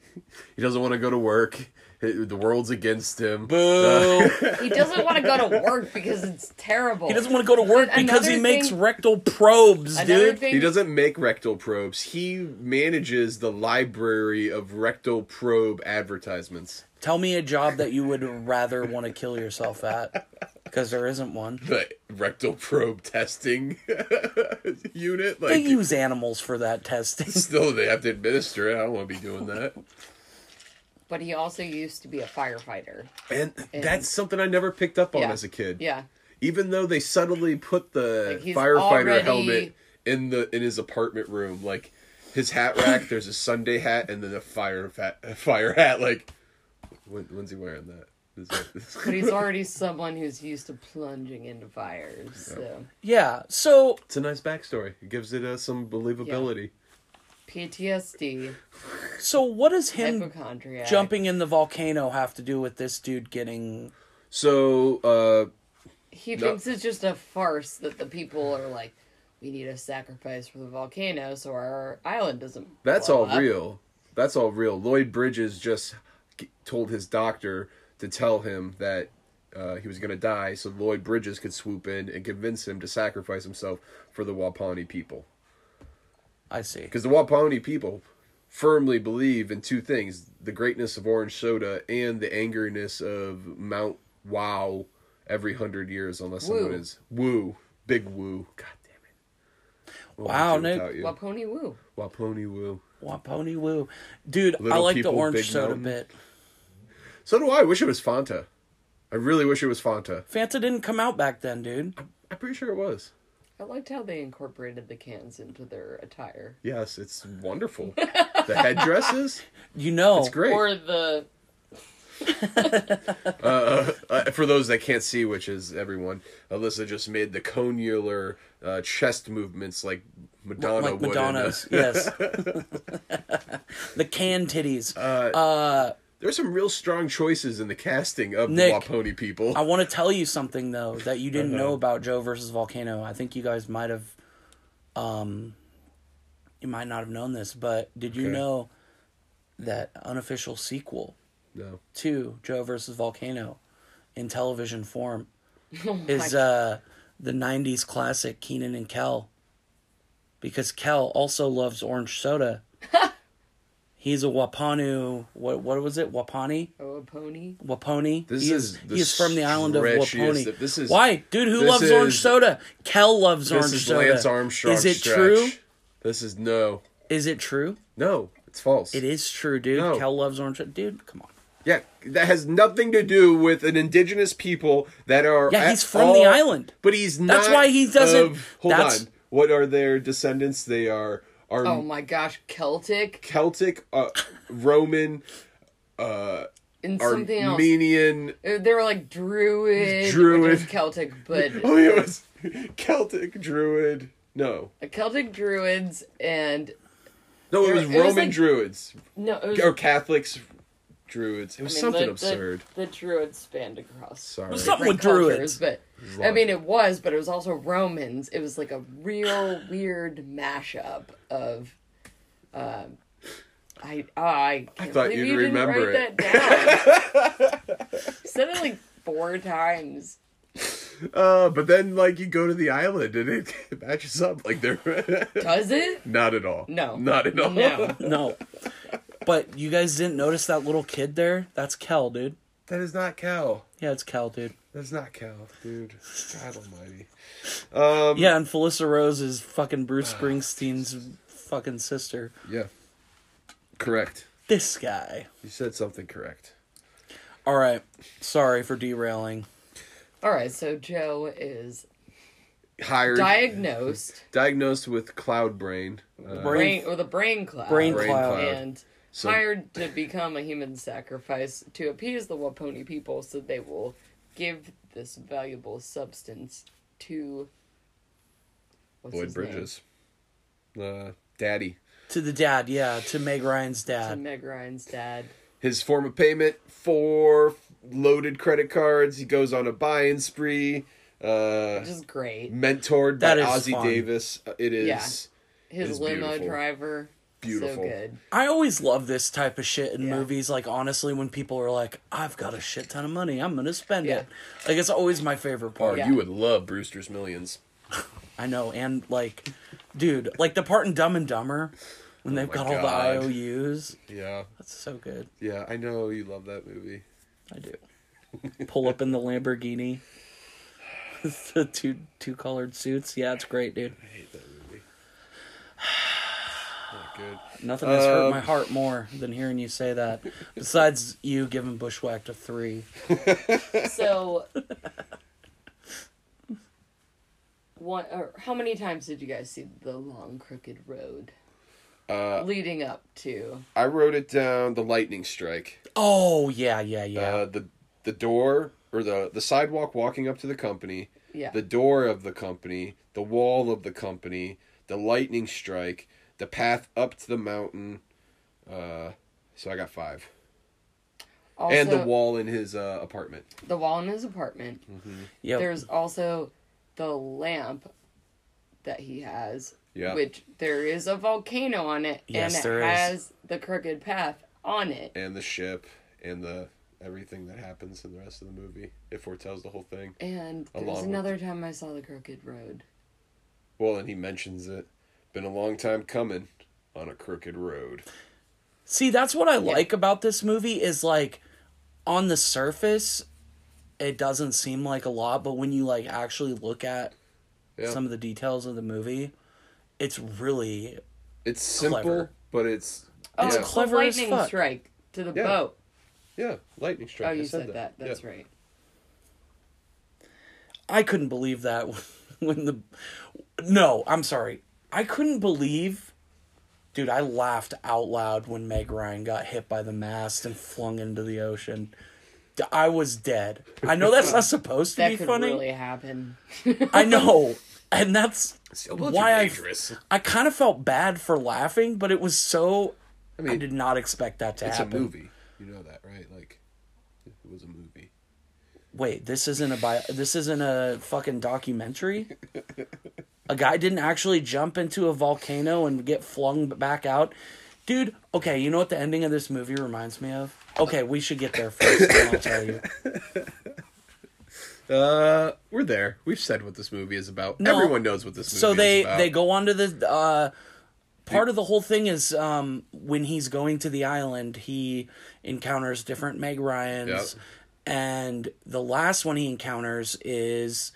A: he doesn't want to go to work. It- the world's against him. Uh,
B: Boo.
C: He doesn't want to go to work because it's terrible.
B: he doesn't want to go to work
C: But
B: because he
C: another
B: makes
C: thing-
B: rectal probes,
C: Another
B: dude.
C: thing
A: He doesn't make rectal probes. He manages the library of rectal probe advertisements.
B: Tell me a job that you would rather want to kill yourself at because there isn't one.
A: The rectal probe testing unit,
B: They
A: like,
B: use animals for that testing.
A: still they have to administer it. I don't want to be doing that.
C: But he also used to be a firefighter.
A: And that's something I never picked up on
C: Yeah.
A: as a kid.
C: Yeah.
A: Even though they subtly put the
C: Like, he's
A: firefighter
C: already-
A: helmet in the in his apartment room, like his hat rack. there's a Sunday hat and then a fire fat, fire hat. Like, when, when's he wearing that? Is that-
C: But he's already someone who's used to plunging into fires. So
B: Yeah. So
A: It's a nice backstory. It gives it uh, some believability.
C: PTSD,
B: so what does him
C: hypochondria.
B: jumping in the volcano have to do with this dude getting
A: So, uh,
C: He
A: No.
C: thinks it's just a farce that the people are like, we need a sacrifice for the volcano so our island doesn't.
A: That's
C: blow
A: all
C: up."
A: real. That's all real. Lloyd Bridges just g- told his doctor to tell him that uh, he was going to die, so Lloyd Bridges could swoop in and convince him to sacrifice himself for the Wapani people.
B: I see.
A: Because the Wapani people firmly believe in two things the greatness of orange soda and the angerness of Mount Wow every hundred years, unless
C: Woo.
A: someone is woo, big woo. God damn it. What would I
B: Wow,
A: do
B: Nick.
A: without you?
C: Waponi Woo.
A: Waponi woo.
B: Waponi woo. Dude, I
A: Little
B: like
A: people,
B: the
A: big
B: orange soda
A: mountain.
B: bit.
A: So do I. I wish it was Fanta. I really wish it was Fanta.
B: Fanta didn't come out back then, dude.
A: I'm pretty sure it was.
C: I liked how they incorporated the cans into their attire.
A: Yes, it's wonderful. the headdresses,
B: You know.
A: it's great.
C: Or the
A: Uh, for those that can't see, which is everyone, Alyssa just made the conular uh, chest movements like Madonna
B: like
A: would. in uh,
B: Madonna's,
A: a-
B: yes. the can titties.
A: Uh,
B: Uh,
A: There's some real strong choices in the casting of
B: Nick,
A: the Waponi people.
B: I want to tell you something though that you didn't
A: Uh-huh.
B: know about Joe versus Volcano. I think you guys might have, um, you might not have known this, but did you
A: Okay.
B: know that unofficial sequel
A: no.
B: to Joe versus Volcano in television form is uh, the '90s classic Keenan and Kel, because Kel also loves orange soda. He's a Wapanu. What what was it? Wapani.
C: oh, a pony.
B: Waponi.
A: This
B: he
A: is
B: is,
A: the
B: he is from the island of
A: stretchiest
B: Waponi.
A: of- this is-
B: Why, dude? Who
A: this
B: loves orange
A: is-
B: soda? Kel loves
A: This
B: orange
A: is
B: soda.
A: Lance Armstrong.
B: Is it
A: stretch.
B: true?
A: This is no.
B: Is it true?
A: No, it's false.
B: It is true, dude.
A: No.
B: Kel loves orange soda. Dude, come on.
A: Yeah, that has nothing to do with an indigenous people that are.
B: Yeah,
A: at
B: he's from the
A: all-
B: island.
A: but he's not.
B: That's why he doesn't-
A: of- hold
B: that's-
A: on. What are their descendants? They are are
C: Oh my gosh, Celtic
A: Celtic, uh, Roman, uh,
C: and something else.
A: Armenian.
C: Uh, They were like Druid,
A: Druid.
C: which is Celtic, but
A: Oh, yeah, it was Celtic Druid. No,
C: Celtic Druids and
A: no, it
C: There-
A: was
C: it was
A: Roman
C: like-
A: Druids
C: no, it was,
A: or Catholics Druids. It was
C: I mean,
A: something
C: the- the-
A: absurd.
C: The, Druids spanned across
A: Sorry.
B: What's up?
C: different
B: With Druids.
C: cultures, but I mean, it was, but it was also Romans. It was like a real weird mashup of. Um, I oh, I can't
A: thought
C: believe
A: you'd
C: you didn't
A: remember
C: write
A: it.
C: that down. You said it like four times.
A: Uh, but then, like, you go to the island and it matches up. Like, they're
C: Does it?
A: not at all.
C: No.
A: not at all.
C: No.
B: No. but you guys didn't notice that little kid there? That's Kel, dude.
A: That is not Cal.
B: Yeah, it's Kel, dude.
A: That's not Cal, dude. God almighty. Um,
B: Yeah, and Felissa Rose is fucking Bruce Springsteen's fucking sister.
A: Yeah. Correct.
B: This guy.
A: You said something correct.
B: All right. Sorry for derailing.
C: All right, so Joe is
A: Hired.
C: diagnosed
A: diagnosed with cloud brain. Uh,
B: Brain-
C: brain or the brain cloud,
B: Brain,
A: Brain
B: cloud.
A: cloud.
C: and
A: So-
C: hired to become a human sacrifice to appease the Waponi people, so they will give this valuable substance to what's
A: Lloyd
C: his name?
A: Bridges. Uh, Daddy.
B: to the dad, yeah, to Meg Ryan's
C: to
B: dad.
C: Meg Ryan's dad.
A: His form of payment four loaded credit cards. He goes on a buying spree. Uh,
C: Which is great.
A: mentored
B: That
A: by
B: is
A: Ozzy
B: fun.
A: Davis. Uh, It is.
C: Yeah. His
A: is
C: limo
A: beautiful.
C: driver. So
A: Beautiful.
C: good.
B: I always love this type of shit in
C: Yeah.
B: movies. Like honestly, when people are like, "I've got a shit ton of money, I'm gonna spend
C: Yeah.
B: it," like it's always my favorite
A: Oh,
B: part.
C: Yeah.
A: you would love Brewster's Millions.
B: I know, and like, dude, like the part in Dumb and Dumber when they've
A: Oh my
B: got
A: God.
B: all the IOUs.
A: Yeah,
B: That's so good.
A: yeah, I know you love that movie.
B: I do. Pull up in the Lamborghini. the two two colored suits. Yeah, it's great, dude.
A: I hate that movie. Not good.
B: Nothing has hurt
A: Um,
B: my heart more than hearing you say that. Besides you giving Bushwhacked a three.
C: So. One, or how many times did you guys see the long crooked road
A: Uh,
C: leading up to
A: I wrote it down. The lightning strike.
B: Oh yeah, yeah, yeah.
A: Uh, the the door or the the sidewalk walking up to the company.
C: yeah
A: The door of the company. The wall of the company. The lightning strike. The path up to the mountain. Uh, so I got five.
C: also,
A: and the wall in his uh, apartment.
C: the wall in his apartment
B: yep.
C: There's also the lamp that he has,
A: Yeah.
C: which there is a volcano on it,
B: Yes,
C: and it
B: there is.
C: has the crooked path on it.
A: and the ship and the everything that happens in the rest of the movie. It foretells the whole thing.
C: And there
A: Along
C: was
A: with-
C: another time I saw the crooked road.
A: Well, and he mentions it. Been a long time coming on a crooked road.
B: See, that's what I like about this movie is like on the surface it doesn't seem like a lot, but when you like actually look at
A: Yeah.
B: some of the details of the movie, it's really
A: it's simple,
B: Clever.
A: but it's
C: Oh,
A: yeah.
C: it's the
B: clever as
C: lightning
B: fuck.
C: strike to the
A: Yeah.
C: boat.
A: yeah, lightning strike.
C: oh,
A: I
C: you said that.
A: Yeah.
C: That's right.
B: I couldn't believe that when the no, I'm sorry, I couldn't believe, dude. I laughed out loud when Meg Ryan got hit by the mast and flung into the ocean. D- I was dead. I know that's not supposed to
C: That
B: be
C: could
B: funny.
C: really happen.
B: I know, and that's
A: Sailboats are
B: why I
A: dangerous.
B: I kind of felt bad for laughing, but it was so. I,
A: mean,
B: did not expect that to
A: It's
B: happen.
A: a movie. You know that, right? Like it was a movie.
B: Wait, this isn't a bio. This isn't a fucking documentary. a guy didn't actually jump into a volcano and get flung back out, dude. Okay, you know what the ending of this movie reminds me of? Okay, we should get there first. and I'll tell you.
A: Uh, we're there. We've said what this movie is about.
B: No.
A: Everyone knows what this movie
B: So
A: is
B: they
A: about.
B: they go on to the. Uh, part of the whole thing is um, when he's going to the island, he encounters different Meg Ryan's,
A: Yep.
B: and the last one he encounters is.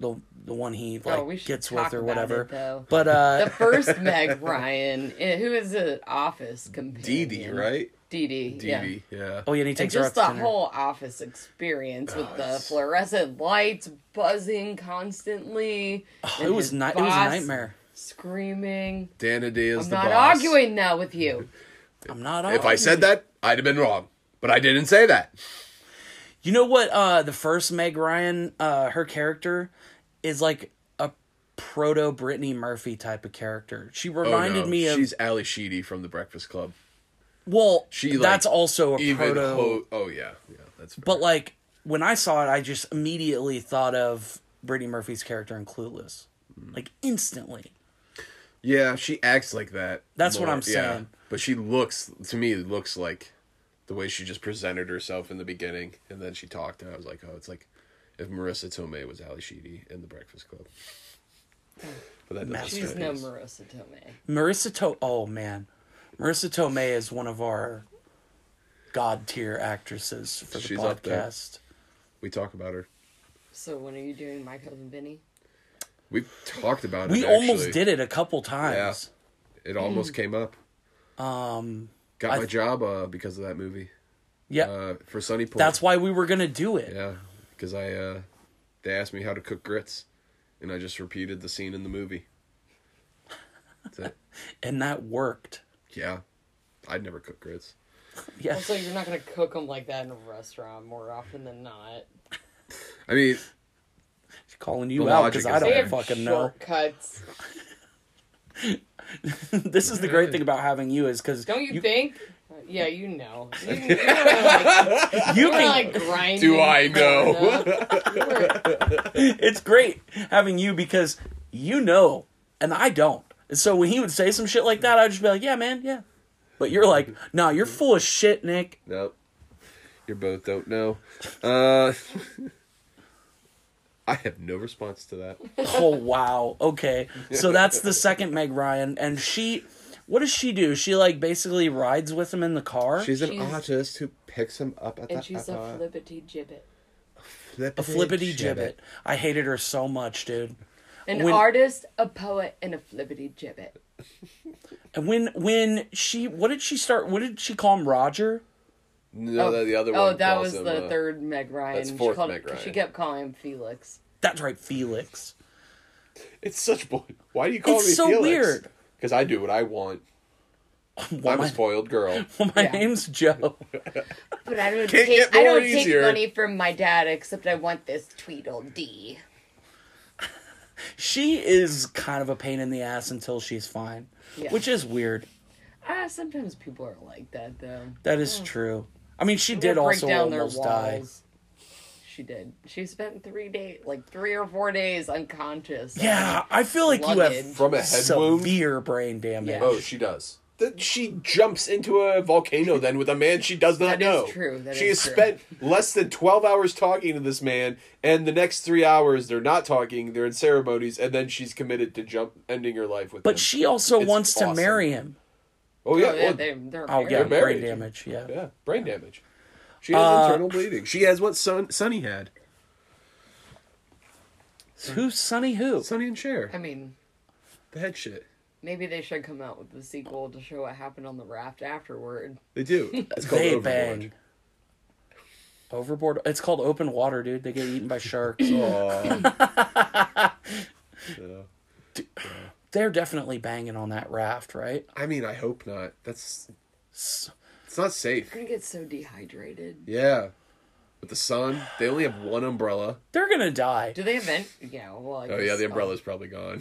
B: The, the one he like
C: Oh, we should
B: gets
C: talk
B: with or
C: about
B: whatever,
C: it, though.
B: but uh,
C: The first Meg Ryan, eh, who is an office
A: Dee
C: companion.
A: Dee, right?
C: Dee Dee.
A: Dee
C: Yeah.
A: Dee, yeah.
B: Oh yeah, and he
C: And
B: takes her out
C: just
B: to
C: the
B: dinner.
C: whole office experience with the
A: it's-
C: fluorescent lights buzzing constantly.
B: Oh, it
C: and
B: was
C: his
B: ni- it was a
C: boss
B: nightmare.
C: Screaming.
A: Dana Day is
C: I'm
A: the
C: not
A: boss.
C: arguing now with you.
B: I'm not.
A: If I
B: arguing.
A: said that, I'd have been wrong. But I didn't say that.
B: you know what? Uh, the first Meg Ryan, uh, her character is like a proto Brittany Murphy type of character.
A: Oh,
B: She reminded me of
A: she's Ali Sheedy from The Breakfast Club.
B: well,
A: she, like,
B: that's also a
A: Even
B: proto.
A: ho- oh yeah, yeah, that's fair.
B: but like when I saw it, I just immediately thought of Brittany Murphy's character in Clueless, like instantly.
A: yeah, she acts like that.
B: That's what I'm
A: yeah.
B: saying.
A: But she looks to me it looks like the way she just presented herself in the beginning, and then she talked, and I was like, oh, it's like if Marissa Tomei was Ali Sheedy in The Breakfast Club. But that doesn't
C: She's
A: fit.
C: no Marissa Tomei.
B: Marissa To. Oh man, Marissa Tomei is one of our god tier actresses for the
A: She's up there.
B: podcast.
A: We talk about her.
C: So when are you doing My Cousin Vinny?
A: We've talked about
B: We
A: it.
B: almost
A: actually.
B: did it a couple times.
A: It almost came up.
B: Um,
A: Got
B: I
A: my
B: th-
A: job uh, because of that movie.
B: yeah,
A: Uh, for Sunny Point.
B: that's why we were gonna do it.
A: Yeah, because I uh, they asked me how to cook grits, and I just repeated the scene in the movie. That's it.
B: and that worked.
A: yeah, I'd never cook grits.
B: Yeah,
C: Also, you're not going to cook them like that in a restaurant more often than not.
A: I mean,
B: calling you
A: The
B: out
A: logic
B: because I
A: is
B: don't
C: They
A: there.
C: have
B: fucking know.
C: shortcuts.
B: this is the great thing about having you is because
C: Don't you,
B: you,
C: think? Yeah, you know. You, you were like,
B: you
C: you were
B: can-
C: like grinding.
A: Do I know?
C: up. You were-
B: it's great having you because you know and I don't. And so when he would say some shit like that, I'd just be like, "Yeah, man, yeah." But you're like, "Nah, you're full of shit, Nick."
A: Nope. You both don't know. Uh, I have no response to that.
B: Oh wow. Okay. So that's the second Meg Ryan, and she, what does she do? She like basically rides with him in the car.
A: She's an
C: She's-
A: artist who picks him up at
C: And
A: the
C: she's
A: at
C: a
A: the
C: flippity gibbet.
A: flippity
B: a flippity gibbet. I hated her so much, dude.
C: An
B: When-
C: artist, a poet, and a flippity gibbet.
B: And when when she what did she start? What did she call him? Roger.
A: No, that the other one.
C: Oh, that
A: calls
C: was
A: him,
C: the
A: uh,
C: third Meg Ryan.
A: that's fourth
C: she, called,
A: Meg Ryan.
C: she kept calling him Felix.
B: That's right, Felix.
A: It's such bull. Why do you call
B: It's
A: me
B: so
A: Felix?
B: weird.
A: Because I do what I want.
B: Well,
A: I'm a
B: my,
A: spoiled girl.
B: well, my
C: Yeah.
B: name's Joe.
C: But I don't
A: Can't
C: take
A: get
C: I
A: more
C: don't
A: easier.
C: take money from my dad except I want this Tweedledee.
B: She is kind of a pain in the ass until she's fine,
C: Yeah.
B: which is weird.
C: Ah, sometimes people are like that though.
B: That is true. I mean, she
C: They
B: did also almost die.
C: She did. She spent three days, like three or four days, unconscious.
B: Yeah, I feel like you have
C: Luggage.
A: From a head wound.
B: severe brain damage.
C: Yeah.
A: Oh, she does. That she jumps into a volcano then with a man she does not
C: That is
A: know.
C: true. That
A: she
C: is
A: has
C: true.
A: spent less than twelve hours talking to this man, and the next three hours they're not talking. They're in ceremonies, and then she's committed to jump ending her life with. him.
B: But she also
A: It's
B: wants to
A: awesome.
B: marry him.
A: Oh
C: Oh,
A: yeah.
C: yeah,
A: well,
C: they're, they're
B: Oh yeah,
C: married.
B: brain
A: married.
B: damage. Yeah.
A: yeah. Brain damage. She has
B: Uh,
A: internal bleeding. She has what Son Sonny had.
B: Who's Sonny? Who?
A: Sonny and Cher.
C: I mean,
A: The head shit.
C: maybe they should come out with the sequel to show what happened on the raft afterward.
A: They do. It's called
B: They
A: Overboard.
B: bang. Overboard. It's called open water, dude. They get eaten by sharks.
A: Aw. Yeah.
B: They're definitely banging on that raft, right?
A: I mean, I hope not. That's
B: S-
A: it's not safe.
C: You're gonna get so dehydrated.
A: Yeah. With the sun, they only have one umbrella.
B: They're gonna die.
C: Do they have vent? Yeah. Well. I
A: Oh yeah,
C: guess-
A: the umbrella's probably gone.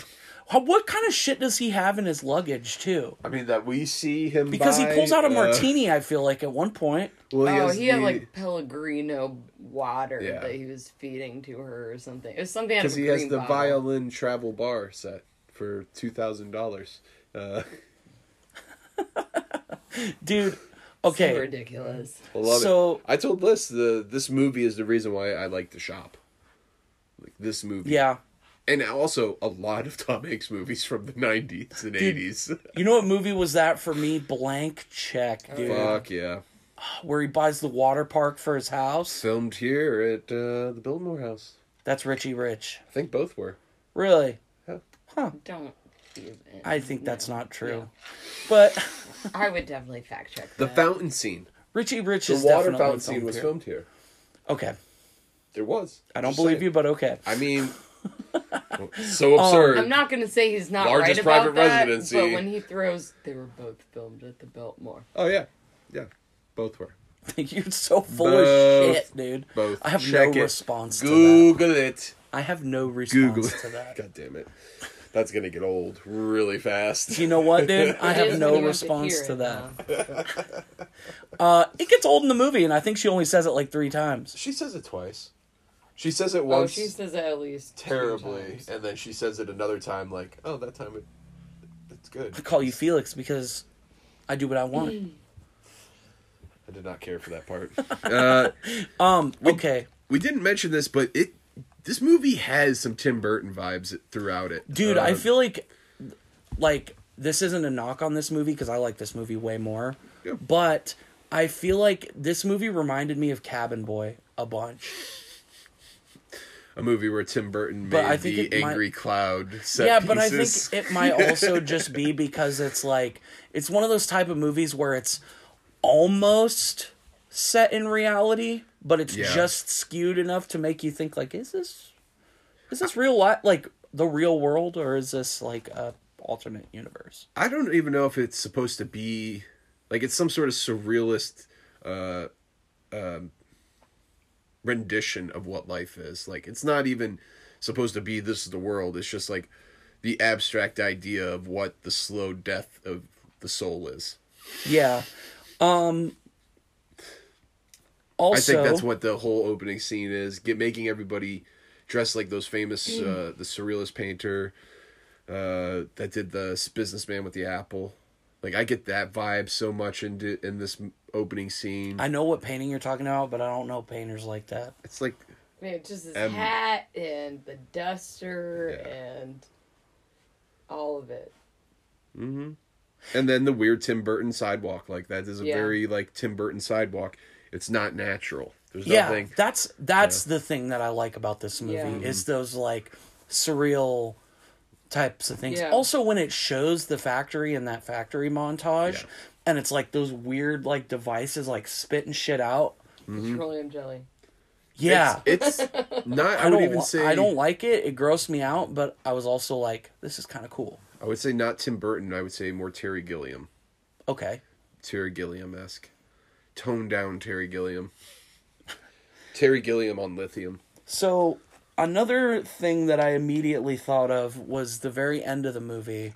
B: How, what kind of shit does he have in his luggage too?
A: I mean that we see him
B: Because
A: buy,
B: he pulls out a
A: uh,
B: martini. I feel like at one point.
A: well,
C: Oh,
A: has
C: he had
A: the-
C: like Pellegrino water
A: Yeah.
C: that he was feeding to her or something. It was something out of
A: because
C: a
A: he has
C: green
A: the
C: bottle.
A: violin travel bar set for two thousand dollars. Uh,
B: Dude.
C: So
B: Okay.
C: ridiculous.
A: I love
B: So-
A: it. I told Liz the this movie is the reason why I like to shop. Like this movie,
B: Yeah.
A: and also a lot of Tom Hanks movies from the nineties and eighties.
B: You know what movie was that for me? Blank
C: Oh,
B: check, dude.
A: Fuck yeah!
B: Where he buys the water park for his house.
A: Filmed here at uh, the Biltmore House.
B: That's Richie Rich.
A: I think both were.
B: Really?
A: Yeah.
B: Huh.
C: Don't. even-
B: I think that's not true. But
C: I would definitely fact check
A: The
C: that.
A: fountain scene,
B: Richie Rich
A: the
B: is
A: water
B: definitely
A: fountain
B: filmed
A: scene was
B: here.
A: filmed here.
B: Okay.
A: There was.
B: I don't
A: Just
B: believe
A: saying.
B: you, but okay.
A: I mean, so absurd.
C: Oh, I'm not going to say he's not
A: Largest
C: right about
A: private
C: that,
A: residency.
C: but when he throws, they were both filmed at the Biltmore.
A: Oh yeah, yeah, both were.
B: You're so full of
A: Both.
B: shit, dude.
A: Both.
B: I have
A: Check
B: no
A: it.
B: response to
A: Google it.
B: that. I have no response
A: Google
B: to
A: it.
B: that.
A: God damn it, that's gonna get old really fast.
B: You know what, dude? I
C: It
B: have
C: is
B: no
C: when you
B: response
C: have
B: to
C: hear it,
B: that. Uh, it gets old in the movie, and I think she only says it like three times.
A: She says it twice. She says it
C: though. Oh,
A: once
C: she says it at least two
A: terribly,
C: times.
A: and then she says it another time like, "Oh, that time it, it's good."
B: I call you Felix because I do what I want.
A: I did not care for that part. uh,
B: Um, okay.
A: we didn't mention this, but it this movie has some Tim Burton vibes throughout it.
B: dude i
A: Um,
B: feel like like this isn't a knock on this movie because i like this movie way more
A: Yeah.
B: but i feel like this movie reminded me of cabin boy a bunch
A: a movie where Tim Burton
B: But
A: made
B: I think
A: the
B: it might-
A: angry cloud. Set
B: yeah
A: pieces.
B: but i think it might also just be because it's like it's one of those type of movies where it's almost set in reality but it's
A: Yeah.
B: just skewed enough to make you think like is this is this real life like the real world or is this like a alternate universe
A: I don't even know if it's supposed to be like it's some sort of surrealist uh um rendition of what life is. Like it's not even supposed to be this is the world. It's just like the abstract idea of what the slow death of the soul is.
B: Yeah. Um
A: I
B: also
A: think that's what the whole opening scene is. Get making everybody dressed like those famous
B: Mm.
A: uh, the surrealist painter uh, that did the s- businessman with the apple. Like I get that vibe so much in di- in this m- opening scene.
B: I know what painting you're talking about, but I don't know painters like that.
A: it's like
C: I mean, just his
A: Um,
C: hat and the duster
A: Yeah.
C: and all of it.
A: mm-hmm. and then the weird Tim Burton sidewalk like that is a
C: Yeah.
A: very like Tim Burton sidewalk. It's not natural. There's
B: yeah,
A: nothing.
B: that's that's the thing that I like about this movie
C: Yeah.
B: is those like surreal types of things.
C: Yeah.
B: Also, when it shows the factory and that factory montage,
A: Yeah.
B: and it's like those weird like devices like spitting shit out.
A: Mm-hmm.
C: Petroleum jelly.
B: Yeah,
A: It's, it's not. I,
B: I
A: would
B: don't.
A: even
B: li-
A: say
B: I don't like it. It grossed me out, but I was also like, this is kind of cool.
A: I would say not Tim Burton. I would say more Terry Gilliam.
B: Okay,
A: Terry Gilliam esque. Tone down Terry Gilliam. Terry Gilliam on lithium.
B: so another thing that I immediately thought of was the very end of the movie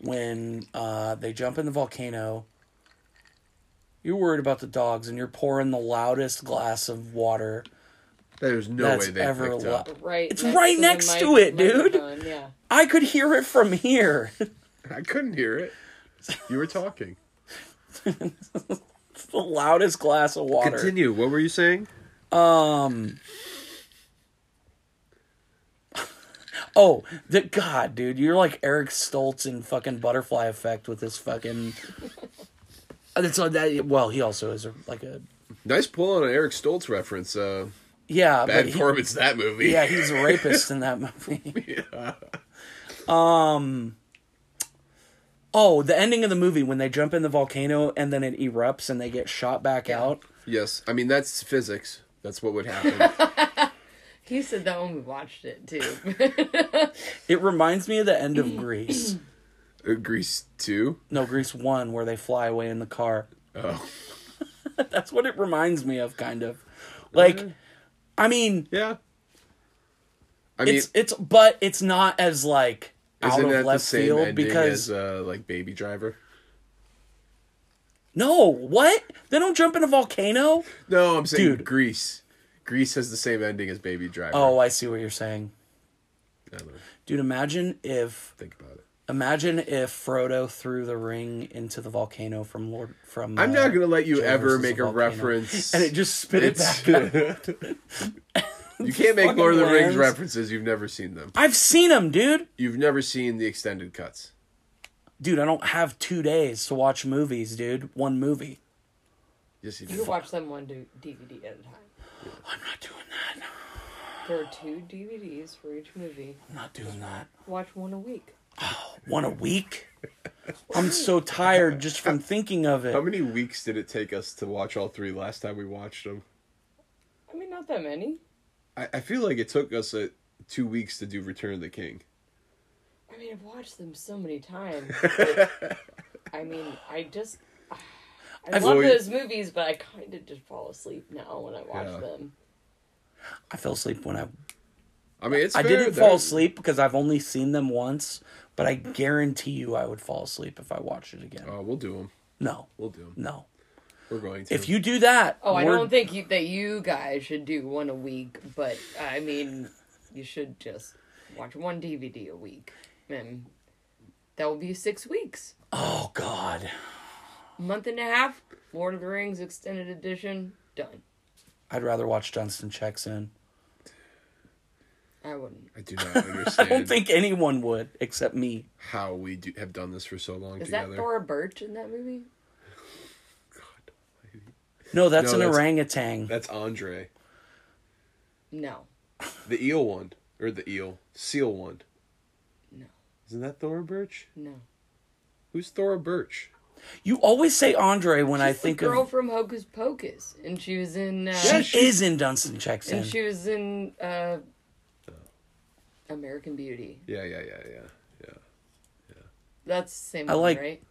B: when uh, they jump in the volcano. You're worried about the dogs, and you're pouring the loudest glass of water.
A: There's no
B: That's
A: way they
B: ever
A: picked
B: lo-
A: up.
C: Right.
B: It's right
C: the
B: next
C: mic-
B: to it, dude.
C: microphone, Yeah.
B: I could hear it from here.
A: I couldn't hear it. You were talking.
B: the loudest glass of water.
A: Continue. What were you saying?
B: Oh, the God, dude, you're like Eric Stoltz in fucking Butterfly Effect with this fucking. That's on that. Well, he also is a- like a
A: Nice pull on an Eric Stoltz reference. Uh,
B: yeah,
A: bad
B: but he-
A: form. It's that movie.
B: yeah, he's a rapist in that movie. Um. Oh, the ending of the movie when they jump in the volcano and then it erupts and they get shot back out.
A: Yes. I mean that's physics. That's what would happen.
C: He said that when we watched it too.
B: It reminds me of the end of Grease.
A: Uh, Grease two.
B: No, Grease one where they fly away in the car.
A: Oh.
B: That's what it reminds me of, kind of. Like, I mean,
A: Yeah. I mean,
B: it's it's but it's not as like out
A: isn't
B: of
A: that the
B: left
A: same
B: field
A: ending as
B: because
A: uh, like Baby Driver?
B: no what they don't jump in a volcano
A: No, I'm saying
B: Dude.
A: Grease. Grease has the same ending as Baby Driver.
B: oh i see what you're saying
A: I don't know.
B: dude imagine if
A: Think about it.
B: imagine if frodo threw the ring into the volcano from lord from
A: I'm
B: uh,
A: not gonna let you
B: Joe
A: ever
B: versus
A: make
B: the
A: a
B: Volcano.
A: reference.
B: and it just spit it
A: It's-
B: back up.
A: you can't make
B: fucking
A: Lord of the Rings
B: lands.
A: references. You've never seen them.
B: i've seen them dude
A: You've never seen the extended cuts.
B: dude i don't have two days to watch movies dude one movie
A: Yes, you
C: you could
A: do.
C: watch them one do- DVD at a time.
B: i'm not doing that
C: There are two DVDs for each movie.
B: i'm not doing that
C: Watch one a week.
B: one a week i'm so tired just from thinking of it
A: How many weeks did it take us to watch all three last time we watched them?
C: I mean, not that many.
A: I, I feel like it took us uh two weeks to do Return of the King.
C: I mean, I've watched them so many times. I mean, I just. I
B: I've-
C: love
A: Well, you-
C: those movies, but I kind of just fall asleep now when I watch
A: Yeah.
C: them.
B: i fell asleep when i
A: I mean, it's
B: I
A: fair
B: didn't
A: that-
B: fall asleep because I've only seen them once, but I guarantee you I would fall asleep if I watched it again.
A: Oh, we'll do them.
B: no,
A: We'll do them.
B: no.
A: We're going to.
B: If you do that,
C: Oh, I
B: we're-
C: don't think you, that you guys should do one a week, but I mean, you should just watch one DVD a week. And that will be six weeks.
B: Oh God,
C: Month and a half, Lord of the Rings Extended Edition, done.
B: I'd rather watch Dunstan checks in.
C: I wouldn't.
A: I do not understand
B: I don't think anyone would except me.
A: how we do, have done this for so long
C: Is
A: together.
C: that Thora Birch in that movie?
A: God,
B: No, that's
A: No,
B: an
A: that's-
B: orangutan.
A: that's Andre,
C: No.
A: the eel one or the eel seal one.
C: No.
A: Isn't that Thora Birch?
C: No.
A: Who's Thora Birch?
B: You always say Andre when I
C: She's
B: think
C: the girl
B: of.
C: from Hocus Pocus, and she was in. Uh,
B: She
A: Yeah, she-
B: is in Dunstan checks in.
C: and she was in uh, American Beauty.
A: Yeah, yeah, yeah, yeah, yeah.
C: That's the same
B: I
C: one,
B: like-
C: right?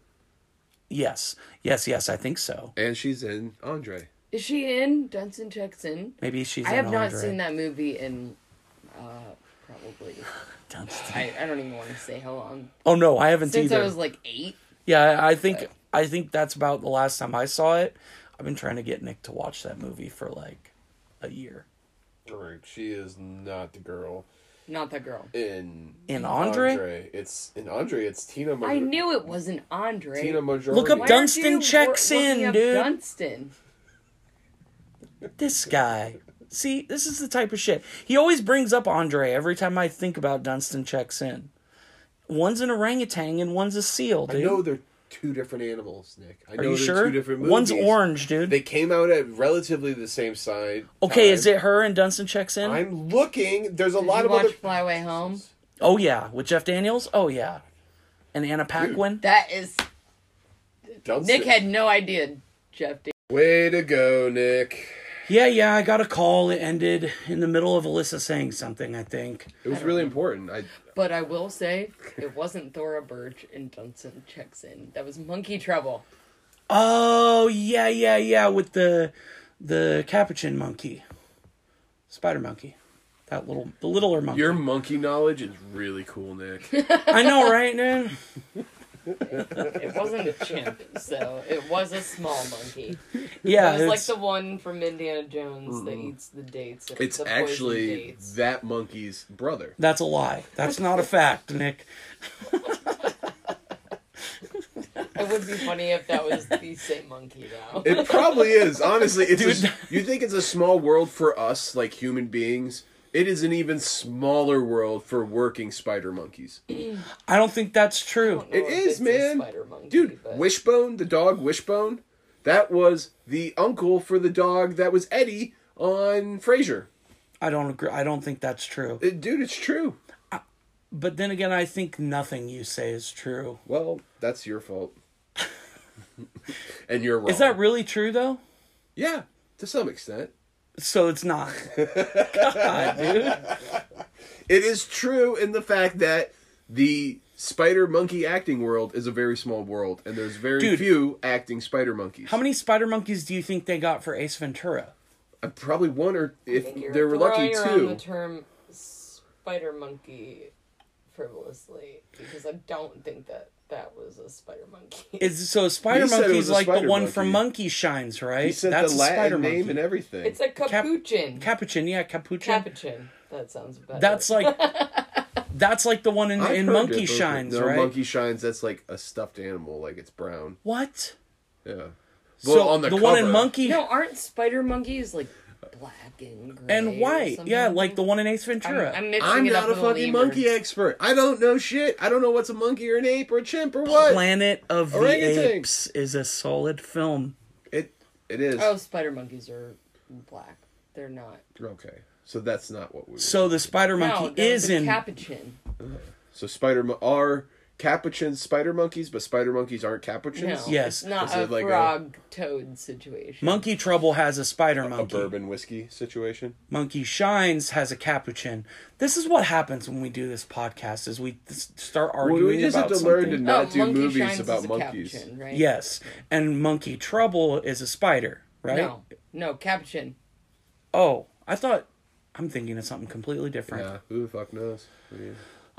B: Yes, yes, yes. I think so.
A: And she's in Andre.
C: Is she in Dunson Checks In?
B: Maybe she's.
C: I
B: in
C: have not
B: Andre.
C: seen that movie in uh, probably
B: done.
C: I, I don't even want to say how long.
B: Oh no, I haven't
C: Since
B: either.
C: I was like eight.
B: yeah, I- I think I think that's about the last time I saw it. I've been trying to get Nick to watch that movie for like a year.
A: Correct. She is not the girl
C: Not that girl.
A: in
B: In Andre?
A: It's in Andre. It's Tina. Mar-
C: I knew it wasn't Andre.
A: Tina Majority.
B: Look up
C: Why aren't
B: Dunstan
C: you wor-
B: checks
C: looking
B: in,
C: up
B: dude.
C: Dunstan.
B: This guy. See, this is the type of shit. He always brings up Andre every time I think about Dunstan checks in. One's an orangutan and one's a seal,
A: I
B: dude.
A: know they're two different animals, Nick. I
B: Are
A: know
B: you
A: they're
B: sure?
A: Two different movies.
B: One's orange, dude.
A: They came out at relatively the same side.
B: okay,
A: time.
B: is it her and Dunstan checks in?
A: I'm looking. There's a
C: Did
A: lot
C: you
A: of
C: watch
A: other.
C: Fly Away Home?
B: Oh yeah, with Jeff Daniels. Oh yeah, and Anna Paquin.
C: That is.
A: Dunstan.
C: Nick had no idea, Jeff. Did.
A: Way to go, Nick.
B: Yeah, yeah. I got a call. It ended in the middle of Alyssa saying something. I think.
A: It was really important. I
C: But I will say, it wasn't Thora Birch and Dunstan checks in. That was Monkey Trouble.
B: Oh yeah, yeah, yeah. With the the capuchin monkey, spider monkey, that little the littler monkey.
A: your monkey knowledge is really cool, Nick.
B: I know, right, man?
C: It wasn't a chimp, so it was a small monkey.
B: Yeah,
C: it was like
B: it's-
C: the one from Indiana Jones that eats the dates. the
A: It's
C: poison
A: actually
C: dates.
A: that monkey's brother.
B: that's a lie. That's not a fact, Nick.
C: It would be funny if that was the same monkey though.
A: It probably is. Honestly, it's a- you think it's a small world for us, like human beings. It is an even smaller world for working spider monkeys. It
B: I don't think that's true.
C: Or if
A: is,
C: it's a
A: man.
C: spider monkey,
A: Dude,
C: but-
A: Wishbone, the dog Wishbone, that was the uncle for the dog that was Eddie on Frasier.
B: I don't agree. I don't think that's true.
A: Uh, Dude, it's true.
B: But then again, I think nothing you say is true.
A: Well, that's your fault. and you're wrong.
B: Is that really true though?
A: Yeah, to some extent.
B: So it's not.
A: It is true in the fact that the spider monkey acting world is a very small world, and there's very
B: Dude.
A: few acting spider monkeys.
B: How many spider monkeys do you think they got for Ace Ventura?
A: Uh, probably one or if
C: You're
A: they were lucky
C: throwing
A: two.
C: around the term spider monkey frivolously because I don't think that that was a spider monkey.
B: Is so spider
A: He said it
B: monkey
A: was
B: is
A: a
B: like
A: spider
B: the one
A: monkey.
B: from Monkey Shines, right?
A: he said
B: That's
A: the
B: a
A: Latin
B: spider
A: name
B: monkey.
A: and everything.
C: it's a capuchin.
B: Capuchin, yeah, capuchin.
C: capuchin. That sounds better.
B: that's like that's like the one in,
A: I've
B: in
A: heard
B: Monkey
A: it, but-
B: Shines,
A: no,
B: right?
A: Monkey Shines. That's like a stuffed animal, like it's brown.
B: What?
A: Yeah. Well,
B: so the, one in Monkey
C: no. Aren't spider monkeys like black and gray
B: and white, yeah, like the one in Ace Ventura.
C: I'm, I'm mixing
A: I'm
C: it up
A: not a
C: with
A: fucking
C: lemur.
A: monkey expert. I don't know shit. I don't know what's a monkey or an ape or a chimp or what.
B: Planet of the
A: Orangutan.
B: Apes is a solid film.
A: It it is
C: Oh, spider monkeys are black. They're not.
A: okay. So that's not what we. Were.
B: So the spider monkey
C: no,
B: is
C: the
B: in
C: capuchin.
A: So spider mon- are capuchins spider monkeys, but spider monkeys aren't
C: No,
A: capuchins.
B: Yes.
C: it's not
A: Is
C: a
A: it like a-
C: frog toad situation.
B: Monkey Trouble has a spider
A: A
B: monkey.
A: bourbon whiskey situation.
B: Monkey Shines has a capuchin. This is what happens when we do this podcast: is we s- start
A: Well,
B: arguing
A: we just have
B: about
A: to learn
B: something.
A: to not
C: oh,
A: do
C: monkey
A: movies
C: shines
A: about
C: is a
A: monkeys.
C: Capuchin, right?
B: Yes, and Monkey Trouble is a spider, right?
C: No, no, capuchin.
B: Oh, I thought I'm thinking of something completely different.
A: Yeah, who the fuck knows? I mean,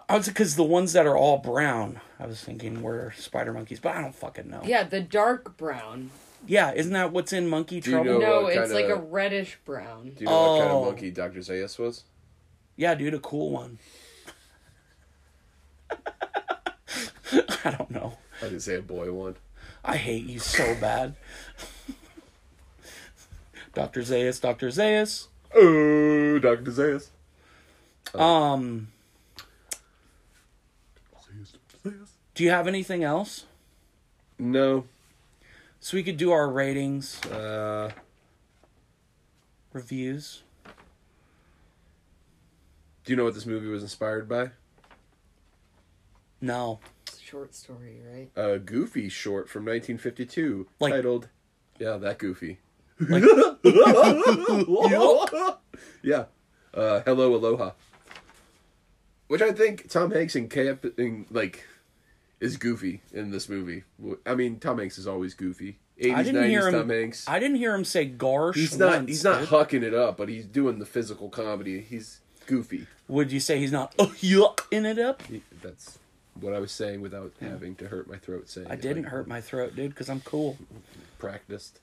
B: I was because the ones that are all brown, I was thinking were spider monkeys, but I don't fucking know.
C: Yeah, the dark brown.
B: Yeah, isn't that what's in Monkey
A: you
B: Trouble?
A: know-
C: No,
A: uh,
C: it's
A: kinda-
C: like a reddish brown.
A: do you know what kind of
B: Oh.
A: monkey Dr. Zayas was?
B: Yeah, dude, a cool one. I don't know.
A: I didn't say a boy one.
B: I hate you so bad. Dr. Zayas, Dr. Zayas.
A: Oh, Dr. Zayas.
B: Um, do you have anything else?
A: No.
B: So we could do our ratings,
A: Uh,
B: reviews.
A: do you know what this movie was inspired by?
B: No.
C: It's a short story, right?
A: A Goofy short from 1952
B: Like-
A: titled, yeah, that Goofy.
B: Like-
A: yeah. Uh, Hello, Aloha. Which I think Tom Hanks in camp in like is goofy in this movie. I mean, Tom Hanks is always goofy.
B: I
A: Eighties,
B: didn't
A: nineties,
B: hear him.
A: Tom Hanks.
B: I didn't hear him say "garsh."
A: he's not.
B: once,
A: he's not
B: dude.
A: hucking it up, but he's doing the physical comedy. He's goofy.
B: Would you say he's not oh, yuck in it up?
A: That's what I was saying without having to hurt my throat. Saying
B: I didn't hurt my throat, dude, because I'm cool.
A: Practiced.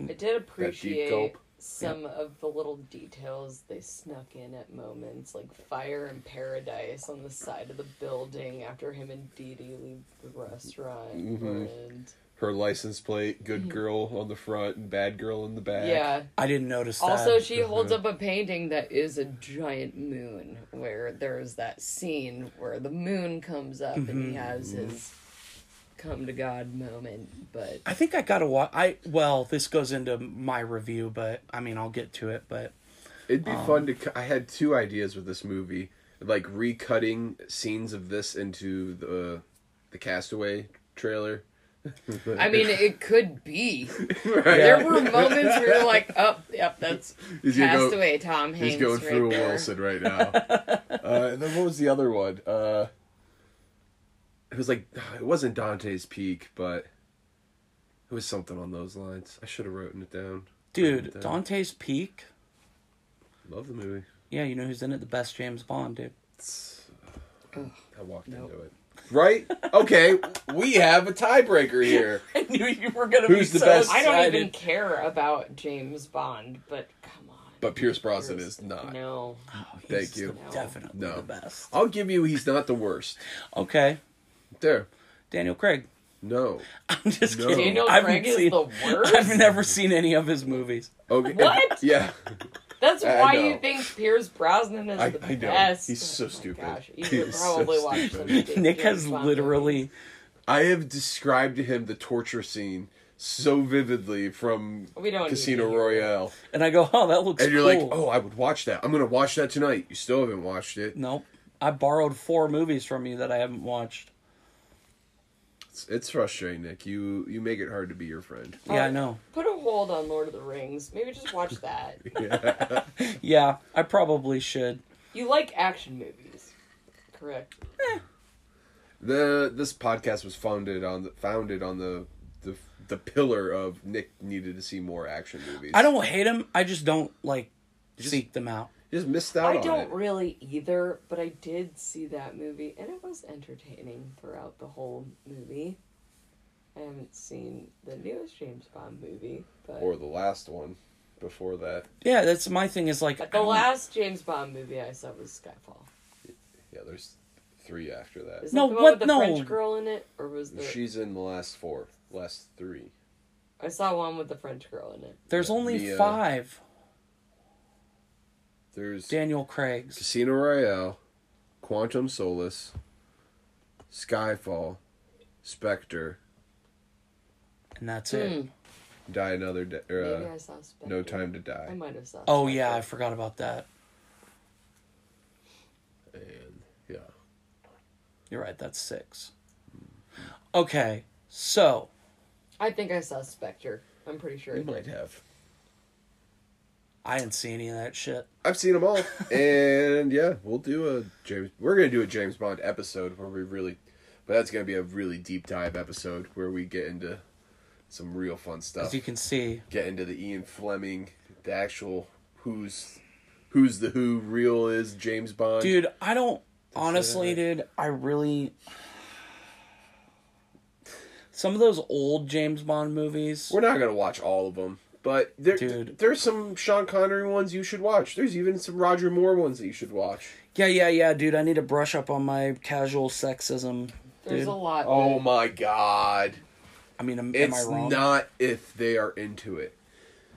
B: Mm.
C: I did appreciate
A: gulp.
C: some of the little details they snuck in at moments, like fire in paradise on the side of the building after him and Dee Dee leave the restaurant.
A: Mm-hmm.
C: And
A: Her license plate,
B: Mm-hmm.
A: good girl on the front and bad girl in the back.
C: yeah.
B: I didn't notice that.
C: Also, she holds up a painting that is a giant moon, where there's that scene where the moon comes up and he has
A: Mm-hmm.
C: his come to God moment. But
B: I think I gotta watch. I well, this goes into my review, but I mean, I'll get to it. But
A: It'd be
C: Um,
A: fun to. cu- I had two ideas with this movie, like recutting scenes of this into the the Castaway trailer.
C: I mean, it could be.
B: Yeah.
C: There were moments where you're like, oh, yep, that's
A: He's gonna go-
C: Castaway Tom Hanks.
A: He's going
C: right
A: through
C: there.
A: Wilson right now. uh, and then what was the other one? Uh, it was like uh, it wasn't Dante's Peak, but it was something on those lines. I should have written it down. Written
B: dude,
A: it down.
B: Dante's Peak.
A: love the movie.
B: Yeah, you know who's in it? The best James Bond, dude.
A: I walked into it.
C: Nope.
A: Right? Okay, we have a tiebreaker here.
B: I knew you were gonna
A: Who's the best-
C: I don't even
B: excited.
C: care about James Bond, but come on.
A: But Pierce Brosnan is not.
C: No.
B: Oh, he's
A: Thank you.
B: Definitely
A: No.
B: the best.
A: I'll give you he's not the worst.
B: Okay,
A: There.
B: Daniel Craig.
A: No.
B: I'm just
A: No.
B: kidding.
C: Daniel
B: I haven't
C: Craig is
B: seen-
C: the
B: I've
C: worst.
B: never seen any of his movies.
A: Okay.
C: What?
A: Yeah.
C: That's
A: I
C: why
A: know.
C: you think Pierce Brosnan is
A: I-
C: the
A: I know.
C: best.
A: He's so
C: Oh my
A: stupid.
C: Gosh, you
A: He's
C: should
A: so
C: probably watch
A: stupid.
C: some of the
B: Nick
C: James
B: has
C: Bond
B: literally
A: I have described to him the torture scene so vividly from
C: We don't need
A: Casino
C: to hear
A: Royale.
B: and I go, oh, that looks.
A: And you're
B: cool.
A: like, oh, I would watch that. I'm going to watch that tonight. You still haven't watched it.
B: nope. I borrowed four movies from you that I haven't watched.
A: It's, it's frustrating, Nick. You you make it hard to be your friend.
B: Yeah, I know.
C: Put a hold on Lord of the Rings. Maybe just watch that.
B: Yeah, I probably should.
C: you like action movies, correct?
A: The this podcast was founded on the, founded on the the the pillar of Nick needed to see more action movies.
B: I don't hate him. I just don't like seek them out.
A: You just missed out
C: I
A: on
C: don't
A: it.
C: really either, but I did see that movie, and it was entertaining throughout the whole movie. I haven't seen the newest James Bond movie, but
A: or the last one before that.
B: Yeah, that's my thing. Is like
C: but
B: I
C: the
B: don't-
C: last James Bond movie I saw was Skyfall.
A: Yeah, there's three after that.
C: Is
B: No,
C: that the one
B: what-
C: with the
B: no.
C: French girl in it, or was there?
A: She's in the last four, last three.
C: I saw one with the French girl in it.
B: there's only
A: the, uh,
B: five
A: There's
B: Daniel Craig's.
A: Casino Royale, Quantum Solace, Skyfall, Spectre,
B: And that's it.
A: Die Another Day, or,
C: Hmm. Maybe
A: uh,
C: I saw Spectre.
A: No Time to
C: I
A: Die,
C: might have saw.
B: Oh
C: Spectre.
B: yeah, I forgot about that.
A: and yeah,
B: You're right. That's six. Okay, so
C: I think I saw Spectre. I'm pretty sure. I
A: we
C: did.
A: might have.
B: I didn't see any of that shit.
A: I've seen them all, and yeah, we'll do a James. We're gonna do a James Bond episode where we really, but that's gonna be a really deep dive episode where we get into some real fun stuff.
B: As you can see,
A: get into the Ian Fleming, the actual who's who's the who real is James Bond.
B: dude, I don't honestly, dude. I really some of those old James Bond movies.
A: We're not gonna watch all of them, but there,
B: Dude.
A: there's some Sean Connery ones you should watch. There's even some Roger Moore ones that you should watch.
B: Yeah, yeah, yeah, dude. I need to brush up on my casual sexism.
C: There's
B: Dude.
C: a lot.
A: Oh
C: Oh,
A: my God!
B: I mean, am, am I
A: It's
B: wrong?
A: not if they are into it.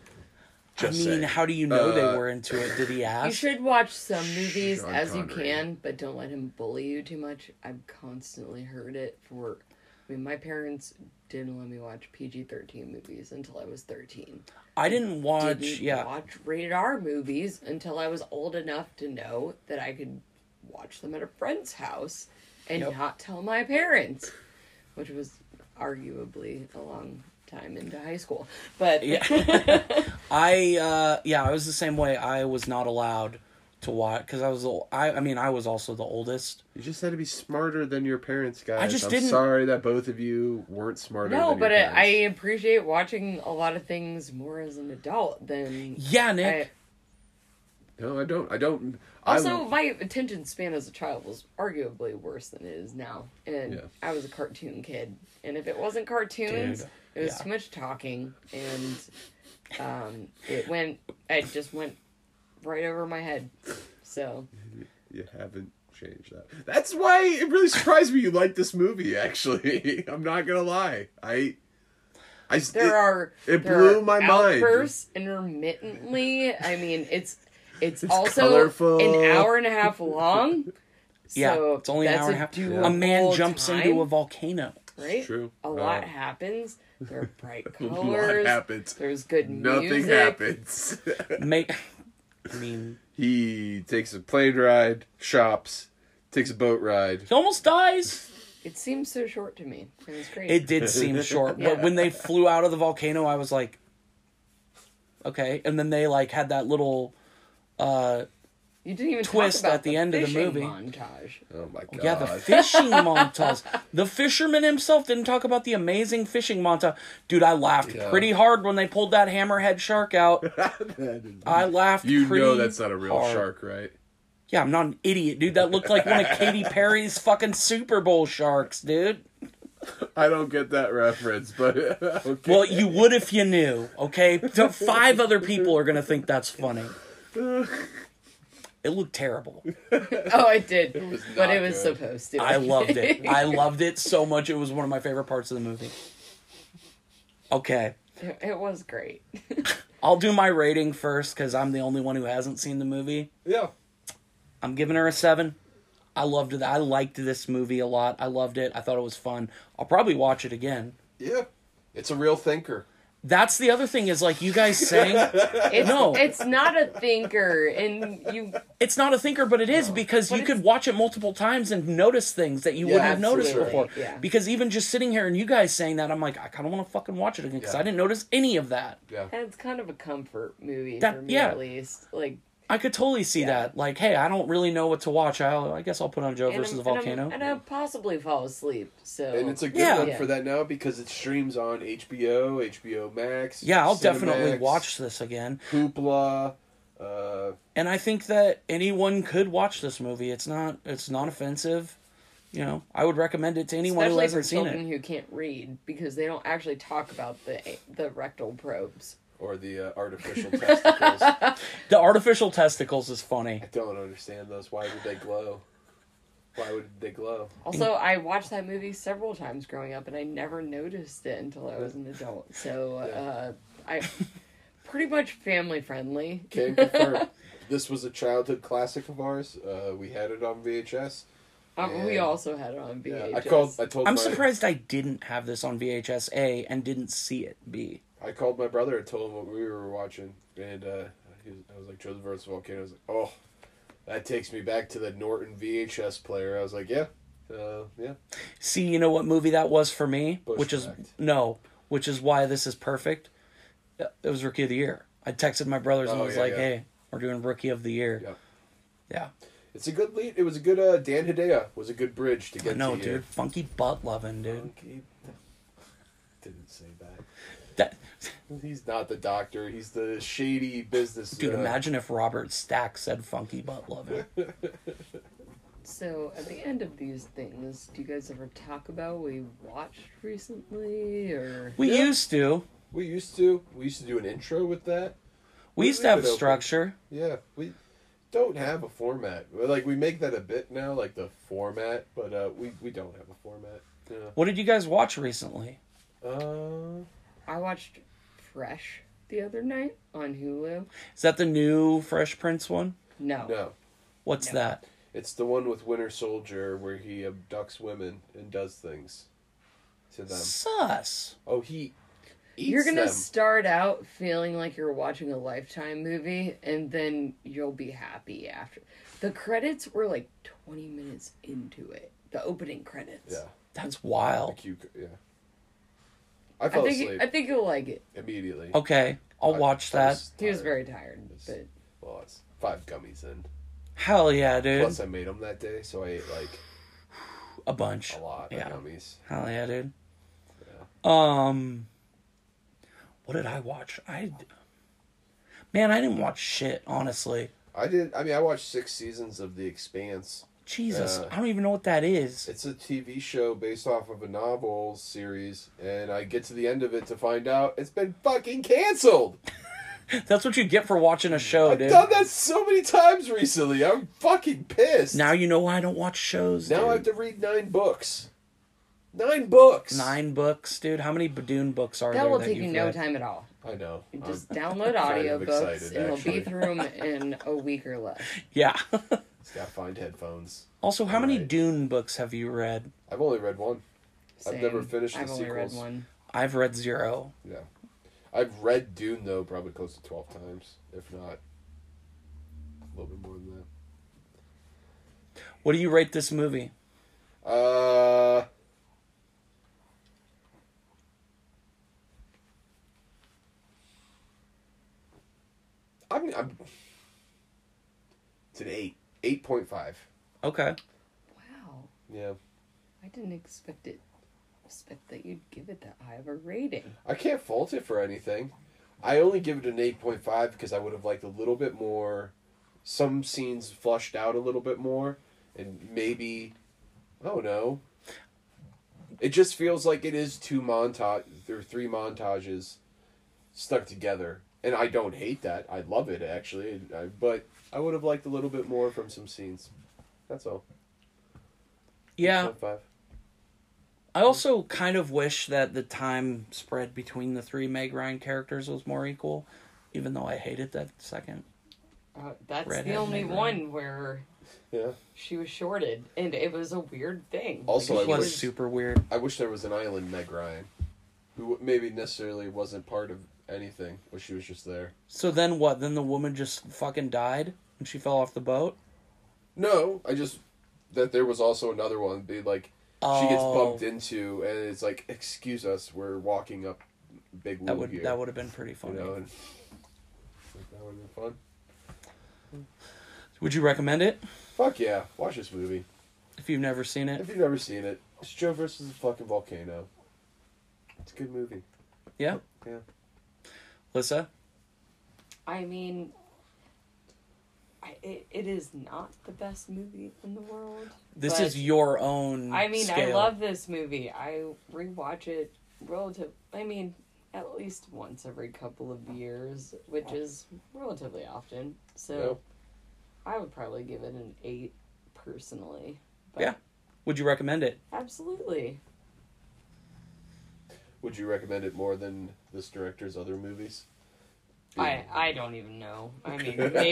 B: I
A: Just
B: mean,
A: saying.
B: how do you know
A: Uh,
B: they were into it? Did he
C: you
B: ask?
C: should watch some movies
A: Sean
C: as you
A: Connery.
C: can, but don't let him bully you too much. I've constantly heard it for. I mean, my parents didn't let me watch PG-13 movies until I was 13.
B: I didn't watch.
C: didn't
B: yeah,
C: watch rated R movies until I was old enough to know that I could watch them at a friend's house and
B: Yep.
C: not tell my parents, which was arguably a long time into high school. But
B: yeah. I uh, yeah, I was the same way. I was not allowed to watch because I was. the- I I mean, I was also the oldest.
A: You just had to be smarter than your parents, guys. I
B: just
A: am
B: didn't-
A: sorry that both of you weren't smarter.
C: no,
A: than
C: but
A: your
C: I, I
A: parents.
C: appreciate watching a lot of things more as an adult than
B: Yeah, Nick.
C: I-
A: No, I don't. I don't.
C: Also,
A: I,
C: my attention span as a child was arguably worse than it is now. And
A: Yeah.
C: I was a cartoon kid. And if it wasn't cartoons,
B: Dude,
C: it was
B: yeah.
C: too much talking. And um, it went, it just went right over my head. So,
A: you haven't changed that. That's why it really surprised me you liked this movie. Actually, I'm not gonna lie. I, I s-
C: there
A: it-
C: are.
A: it
C: there
A: blew
C: are
A: my mind.
C: outbursts intermittently. I mean, it's. It's,
A: It's
C: also
A: colorful.
C: an hour and a half long.
B: Yeah,
C: so
B: it's only an
C: that's
B: hour and a half.
C: doable
B: A man jumps
C: time.
B: into a volcano.
C: right?
A: true.
C: A
A: Uh,
C: lot happens. There are bright
A: a lot
C: colors.
A: happens.
C: There's good
A: Nothing
C: music.
A: happens.
B: Make, I mean,
A: he takes a plane ride, shops, takes a boat ride.
B: he almost dies.
C: It seems so short to me. It was great.
B: It did seem short, but
C: Yeah.
B: when they flew out of the volcano, I was like, okay. And then they like had that little, uh,
C: you didn't even talk
B: twist
C: about
B: at the end of the
C: fishing
B: movie.
C: montage.
A: Oh my god!
B: yeah, the fishing montage. The fisherman himself didn't talk about the amazing fishing montage. Dude, I laughed
A: Yeah.
B: pretty hard when they pulled that hammerhead shark out. I laughed.
A: you
B: pretty
A: know that's not a real
B: hard.
A: shark, right?
B: Yeah, I'm not an idiot, dude. That looked like one of Katy Perry's fucking Super Bowl sharks, dude.
A: I don't get that reference, but okay.
B: Well, you would if you knew, okay? The Five other people are gonna think that's funny. It looked terrible.
C: Oh, I did.
A: was
C: but
A: not
C: it was
A: good.
C: supposed to.
B: I loved it. I loved it so much. It was one of my favorite parts of the movie. Okay.
C: it. It was great.
B: I'll do my rating first because I'm the only one who hasn't seen the movie.
A: yeah.
B: I'm giving her a seven. I loved it. I liked this movie a lot. I loved it. I thought it was fun. I'll probably watch it again.
A: Yeah. It's a real thinker.
B: That's the other thing is like you guys saying
C: It's,
B: No.
C: it's not a thinker, and you
B: it's not a thinker, but it is because you could watch it multiple times and notice things that you
A: Yeah,
B: wouldn't have noticed
A: absolutely.
B: before.
C: Yeah.
B: Because even just sitting here and you guys saying that, I'm like, I kind of want to fucking watch it again because
A: Yeah.
B: I didn't notice any of that.
A: Yeah.
C: and it's kind of a comfort movie
B: That-
C: for me
B: yeah.
C: at least. Like
B: I could totally see that. Like, hey, I don't really know what to watch. I, I guess I'll put on Joe
C: and
B: versus
C: I'm-
B: the volcano.
C: and, I'm, and I possibly fall asleep. So
A: And it's a good
B: Yeah.
A: one for that now because it streams on HBO, HBO Max.
B: yeah, I'll
A: Cinemax,
B: definitely watch this again.
A: Hoopla. Uh,
B: And I think that anyone could watch this movie. It's not. It's not offensive. You know, I would recommend it to anyone
C: especially
B: who hasn't
C: for
B: seen
C: children
B: it.
C: who can't read because they don't actually talk about the the rectal probes.
A: or the uh, artificial testicles. I
B: The artificial testicles is funny.
A: don't understand those. Why would they glow? Why would they glow?
C: Also, I watched that movie several times growing up, and I never noticed it until I was an adult. So, uh, I pretty much family friendly.
A: Can confirm. this was a childhood classic of ours. Uh, we had it on VHS.
C: Um, we
A: Yeah.
C: also had it on
A: Yeah,
C: VHS.
A: I called. I told.
B: I'm
A: my,
B: surprised I didn't have this on VHS A and didn't see it B.
A: I called my brother and told him what we were watching, and uh, he was, I was like, "Joseph versus Volcano." I was like, "Oh, that takes me back to the Norton VHS player." I was like, "Yeah, uh, yeah."
B: See, you know what movie that was for me, which is
A: Bushwhacked.
B: no, which is why this is perfect. Uh, It was Rookie of the Year. I texted my brothers and
A: Oh,
B: was
A: yeah,
B: like,
A: yeah.
B: "Hey, we're doing Rookie of the Year."
A: Yeah.
B: Yeah,
A: It's a good lead. It was a good uh, Dan Hedaya was a good bridge to
B: I
A: get.
B: know,
A: to
B: dude. Funky butt loving,
A: You.
B: dude.
A: Monkey- Didn't say that.
B: That,
A: He's not the doctor. He's the shady business.
B: dude,
A: uh,
B: imagine if Robert Stack said "funky butt loving."
C: So, at the end of these things, do you guys ever talk about what you watched recently, or
B: We
A: Yeah.
B: used to.
A: We used to. We used to do an intro with that.
B: We
A: We
B: used to
A: leave
B: have
A: it open.
B: structure.
A: Yeah, we don't have a format. Well, Like we make that a bit now, like the format, but uh, we we don't have a format. Yeah.
B: What did you guys watch recently?
A: Uh,
C: I watched Fresh the other night on Hulu?
B: Is that the new Fresh Prince one?
C: No,
A: no,
B: What's
C: No.
B: that?
A: it's the one with Winter Soldier where he abducts women and does things to them.
B: Sus.
A: Oh, he eats
C: you're gonna
A: them.
C: start out feeling like you're watching a Lifetime movie, and then you'll be happy after. The credits were like 20 minutes into it. The opening credits.
A: yeah,
B: That's
A: the
B: wild.
A: cute. Yeah, I
C: I
A: fell
C: think
A: asleep
C: I think you'll like it.
A: immediately.
B: Okay, I'll watch
A: I
B: that.
A: was
C: He was
A: tired.
C: very tired, but
A: Well, it's five gummies in.
B: Hell yeah, dude.
A: Plus, I made them that day, so I ate like
B: a bunch.
A: a lot
B: Yeah.
A: of gummies.
B: Hell yeah, dude.
A: Yeah.
B: Um, what did I watch? I man, I didn't watch shit honestly.
A: I I did. I mean, I watched six seasons of The Expanse.
B: Jesus,
A: Uh,
B: I don't even know what that is.
A: It's a TV show based off of a novel series, and I get to the end of it to find out it's been fucking canceled.
B: That's what you get for watching a show,
A: I've
B: Oh, dude.
A: done that so many times recently. I'm fucking pissed.
B: Now you know why I don't watch shows.
A: now I have
B: dude.
A: to read nine books. Nine books.
B: nine books, dude. How many Badoon books are
C: That
B: there?
C: will
B: that
C: take you
B: you've
C: no
B: read?
C: time at all.
A: I know.
C: Just
A: I'm
C: download
A: kind of
C: audiobooks
A: excited,
C: and we'll
A: actually.
C: be through them in a week or less.
B: Yeah.
A: just gotta find headphones.
B: also, how many
A: Right.
B: Dune books have you read?
A: I've only read one. I've never
C: Same.
A: finished the
C: I've only read
A: sequels.
C: one.
B: I've read zero.
A: Yeah. I've read Dune though probably close to twelve times, if not a little bit more than that.
B: What do you rate this movie?
A: Uh, I'm, I'm. It's an eight, eight point five.
B: Okay.
C: Wow.
A: Yeah,
C: I didn't expect it. Expect that you'd give it that high of a rating.
A: I can't fault it for anything. I only give it an eight point five because I would have liked a little bit more, some scenes flushed out a little bit more, and maybe, I don't know. It just feels like it is two montage or three montages stuck together. And I don't hate that. I love it actually. I, but I would have liked a little bit more from some scenes. That's all.
B: Yeah.
A: 8.5.
B: I also kind of wish that the time spread between the three Meg Ryan characters was more equal, even though I hated that second.
C: Uh, that's
B: Redhead
C: the only
B: neighbor.
C: one where
A: Yeah.
C: she was shorted, and it was a weird thing.
A: Also,
C: Because
A: I
B: It
C: she
B: was
A: wish-
B: super weird.
A: I wish there was an island Meg Ryan, who maybe necessarily wasn't part of anything, but she was just there.
B: So then what? Then the woman just fucking died and she fell off the boat?
A: No, I just that there was also another one. Be like, she gets
B: Oh.
A: bumped into, and it's like, excuse us, we're walking up Big Woo
B: That would
A: here.
B: that would have been pretty
A: you
B: funny.
A: know, and that would have been fun.
B: Would you recommend it
A: Fuck yeah, watch this movie.
B: if you've never seen it?
A: If you've never seen it, it's Joe versus the fucking volcano. It's a good movie.
B: Yeah,
A: Yeah.
B: Lissa.
C: I mean, I, it, it is not the best movie in the world.
B: This
C: but-
B: is your own.
C: I mean,
B: Mm,
C: I
B: scale.
C: love this movie. I rewatch it relative. I mean, at least once every couple of years, which is relatively often. So, I would probably give it an eight personally. But
B: Yeah. Would you recommend it?
C: absolutely.
A: Would you recommend it more than this director's other movies?
C: I I don't even know. I mean, maybe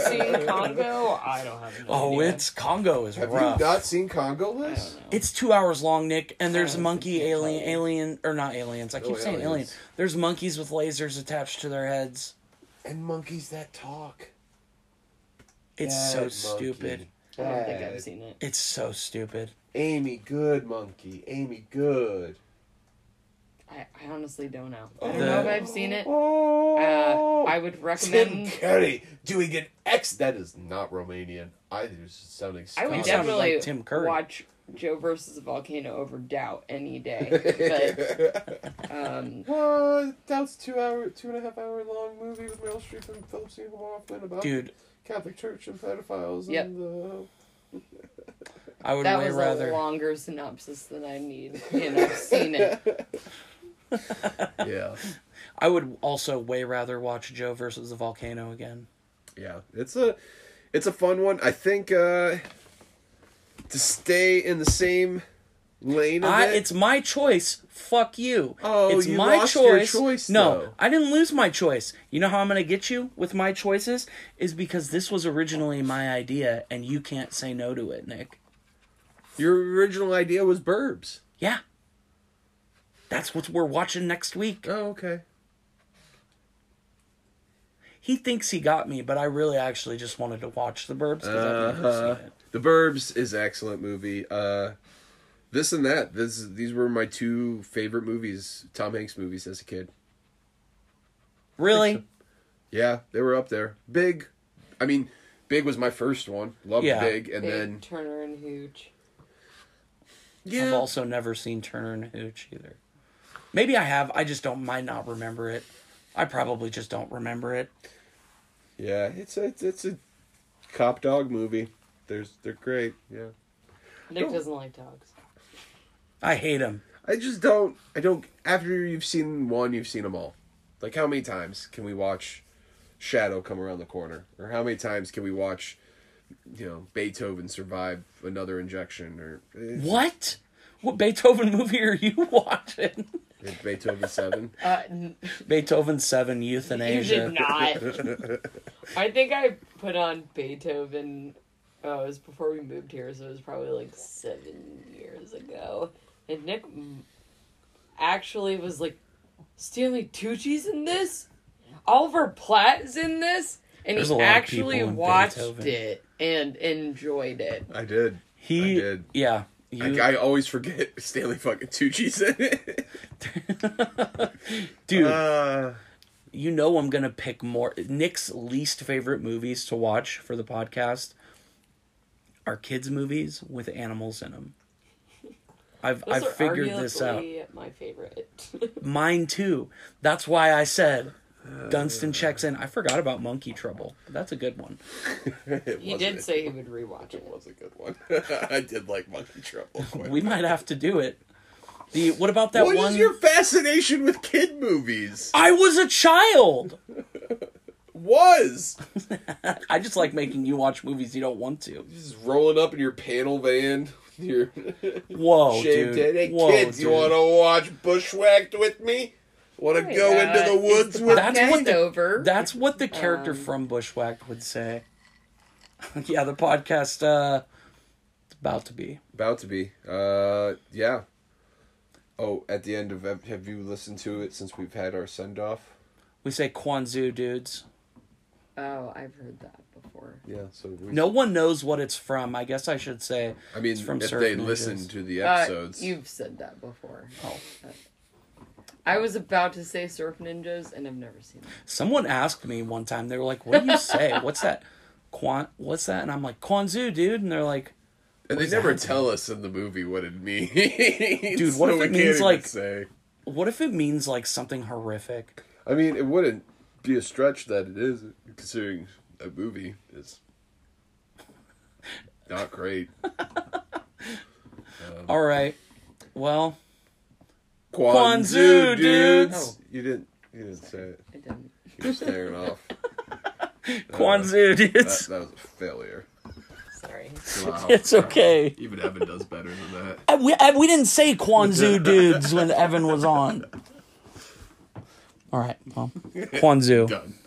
C: seen Congo. I don't have. No
B: Oh,
C: idea.
B: it's Congo is
A: Have
B: rough.
A: you not seen Congo,
C: I
A: Liz?
C: don't know.
B: It's two hours long, Nick, and there's
C: Oh,
B: monkey
C: it's-
B: alien alien or not aliens. I keep
A: No,
B: saying alien.
A: aliens.
B: There's monkeys with lasers attached to their heads.
A: And monkeys that talk.
B: It's so
A: Bad
B: stupid.
A: monkey.
C: I don't think
A: Bad.
C: I've seen it.
B: It's so stupid.
A: Amy, good monkey. Amy, good.
C: I, I honestly don't know. I don't
B: The-
C: know if I've seen it.
A: Oh,
C: Uh, I would
A: Tim
C: recommend.
A: Curry doing an X. That is not Romanian. I was sounding.
C: I would
B: You
A: Scottish.
B: sounded
C: definitely
B: like Tim Curry.
C: watch Joe versus Volcano over Doubt any day. But um,
A: What? That's two hour, two and a half hour long movie with Meryl Streep and Philip Seymour Hoffman about
B: Dude,
A: Catholic Church and pedophiles
C: Yep.
A: and. Uh,
B: I would
C: that
B: way
C: was
B: rather
C: a longer synopsis than I need, and I've seen it.
A: yeah,
B: I would also way rather watch Joe versus the volcano again.
A: yeah. It's a, it's a fun one. I think uh to stay in the same lane. Of
B: I,
A: it,
B: it's my choice. Fuck you.
A: Oh,
B: it's
A: you lost your choice,
B: No,
A: though.
B: I didn't lose my choice. You know how I'm going to get you with my choices is because this was originally my idea, and you can't say no to it, Nick.
A: Your original idea was Burbs.
B: Yeah, that's what we're watching next week.
A: Oh, okay.
B: He thinks he got me, but I really actually just wanted to watch The Burbs because I've never seen
A: Uh,
B: it.
A: The Burbs is an excellent movie. Uh, this and that. This these were my two favorite movies, Tom Hanks movies as a kid.
B: Really?
A: Yeah, they were up there. Big, I mean, Big was my first one. Loved
B: Yeah.
A: Big, and
C: Big
A: then
C: Turner and Hooch.
B: I've also never seen Turner and Hooch either. Maybe I have. I just don't. Might not remember it. I probably just don't remember it.
A: yeah, it's a it's a cop dog movie. There's they're great. Yeah.
C: Nick doesn't like dogs.
B: I hate him.
A: I just don't. I don't. After you've seen one, you've seen them all. Like how many times can we watch Shadow come around the corner, or how many times can we watch, you know, Beethoven survive another injection, or eh,
B: What? What Beethoven movie are you watching?
A: Beethoven Seven?
C: Uh, n-
B: Beethoven Seven
C: you
B: Euthanasia.
C: did not. I think I put on Beethoven. Oh, it was before we moved here, so it was probably like seven years ago. And Nick m- actually was like, Stanley Tucci's in this? Oliver Platt is in this? And
B: There's a
C: he
B: lot of
C: actually
B: people in
C: watched
B: Beethoven.
C: it and enjoyed it.
A: I did.
B: He
A: I did.
B: yeah.
A: I-
B: You,
A: I, always forget Stanley fucking Tucci's in it.
B: dude,
A: Uh,
B: you know I'm gonna pick more. Nick's least favorite movies to watch for the podcast are kids movies with animals in them. I've
C: Those
B: I've
C: are
B: figured this out.
C: arguably My favorite.
B: Mine too. That's why I said Dunstan checks in. I forgot about Monkey Trouble. That's a good one.
A: it
C: he
A: wasn't-
C: did say he would rewatch
A: it
C: it.
A: was a good one. I did like Monkey Trouble. Quite
B: We might have to do it. The what about that
A: What is
B: one?
A: your fascination with kid movies?
B: I was a child.
A: Was
B: I just like making you watch movies you don't want to.
A: just rolling up in your panel van, your
B: Whoa,
A: shaved
B: Oh, dude.
A: head. Hey,
B: Whoa,
A: kids, you
B: dude.
A: want to watch Bushwhacked with me? Want to
C: Why
A: go
C: not?
A: into the woods
C: It's
A: with
B: That's
A: me?
B: what
C: Podcast
B: the-
C: over.
B: That's what the character from Bushwhacked would say. yeah, the podcast uh it's about to be.
A: About to be. Uh, yeah. Oh, at the end of have you listened to it since we've had our send off?
B: We say Kwanzaa dudes.
C: Oh, I've heard that before.
A: Yeah. So we,
B: No one knows what it's from. I guess I should say
A: I mean,
B: it's from
A: if
B: Surf
A: they
B: Ninjas.
A: listen to the
C: Uh,
A: episodes,
C: you've said that before.
B: Oh.
C: I was about to say Surf Ninjas, and I've never seen it.
B: Someone asked me one time, they were like, What do you say? What's that? Quan what's that? And I'm like, Kwanzaa dude and they're like
A: and they
B: does
A: never
B: that mean?
A: tell us in the movie what it means. Dude,
B: what if it means, like-
A: Say.
B: what if it means like something horrific?
A: I mean, it wouldn't be a stretch that it is, considering a movie is not great.
B: All right. Well,
A: Kwanzaa,
B: Kwanzaa, dudes.
A: dudes. You didn't. You didn't say it.
C: I didn't.
A: You're staring off.
B: Kwanzaa
A: That,
B: dudes.
A: that was a failure.
C: Sorry.
A: Wow.
B: It's okay.
A: Even Evan does better than that.
B: I- we, I- we didn't say Kwanzaa dudes when Evan was on. All right, well, Kwanzaa.
A: Done.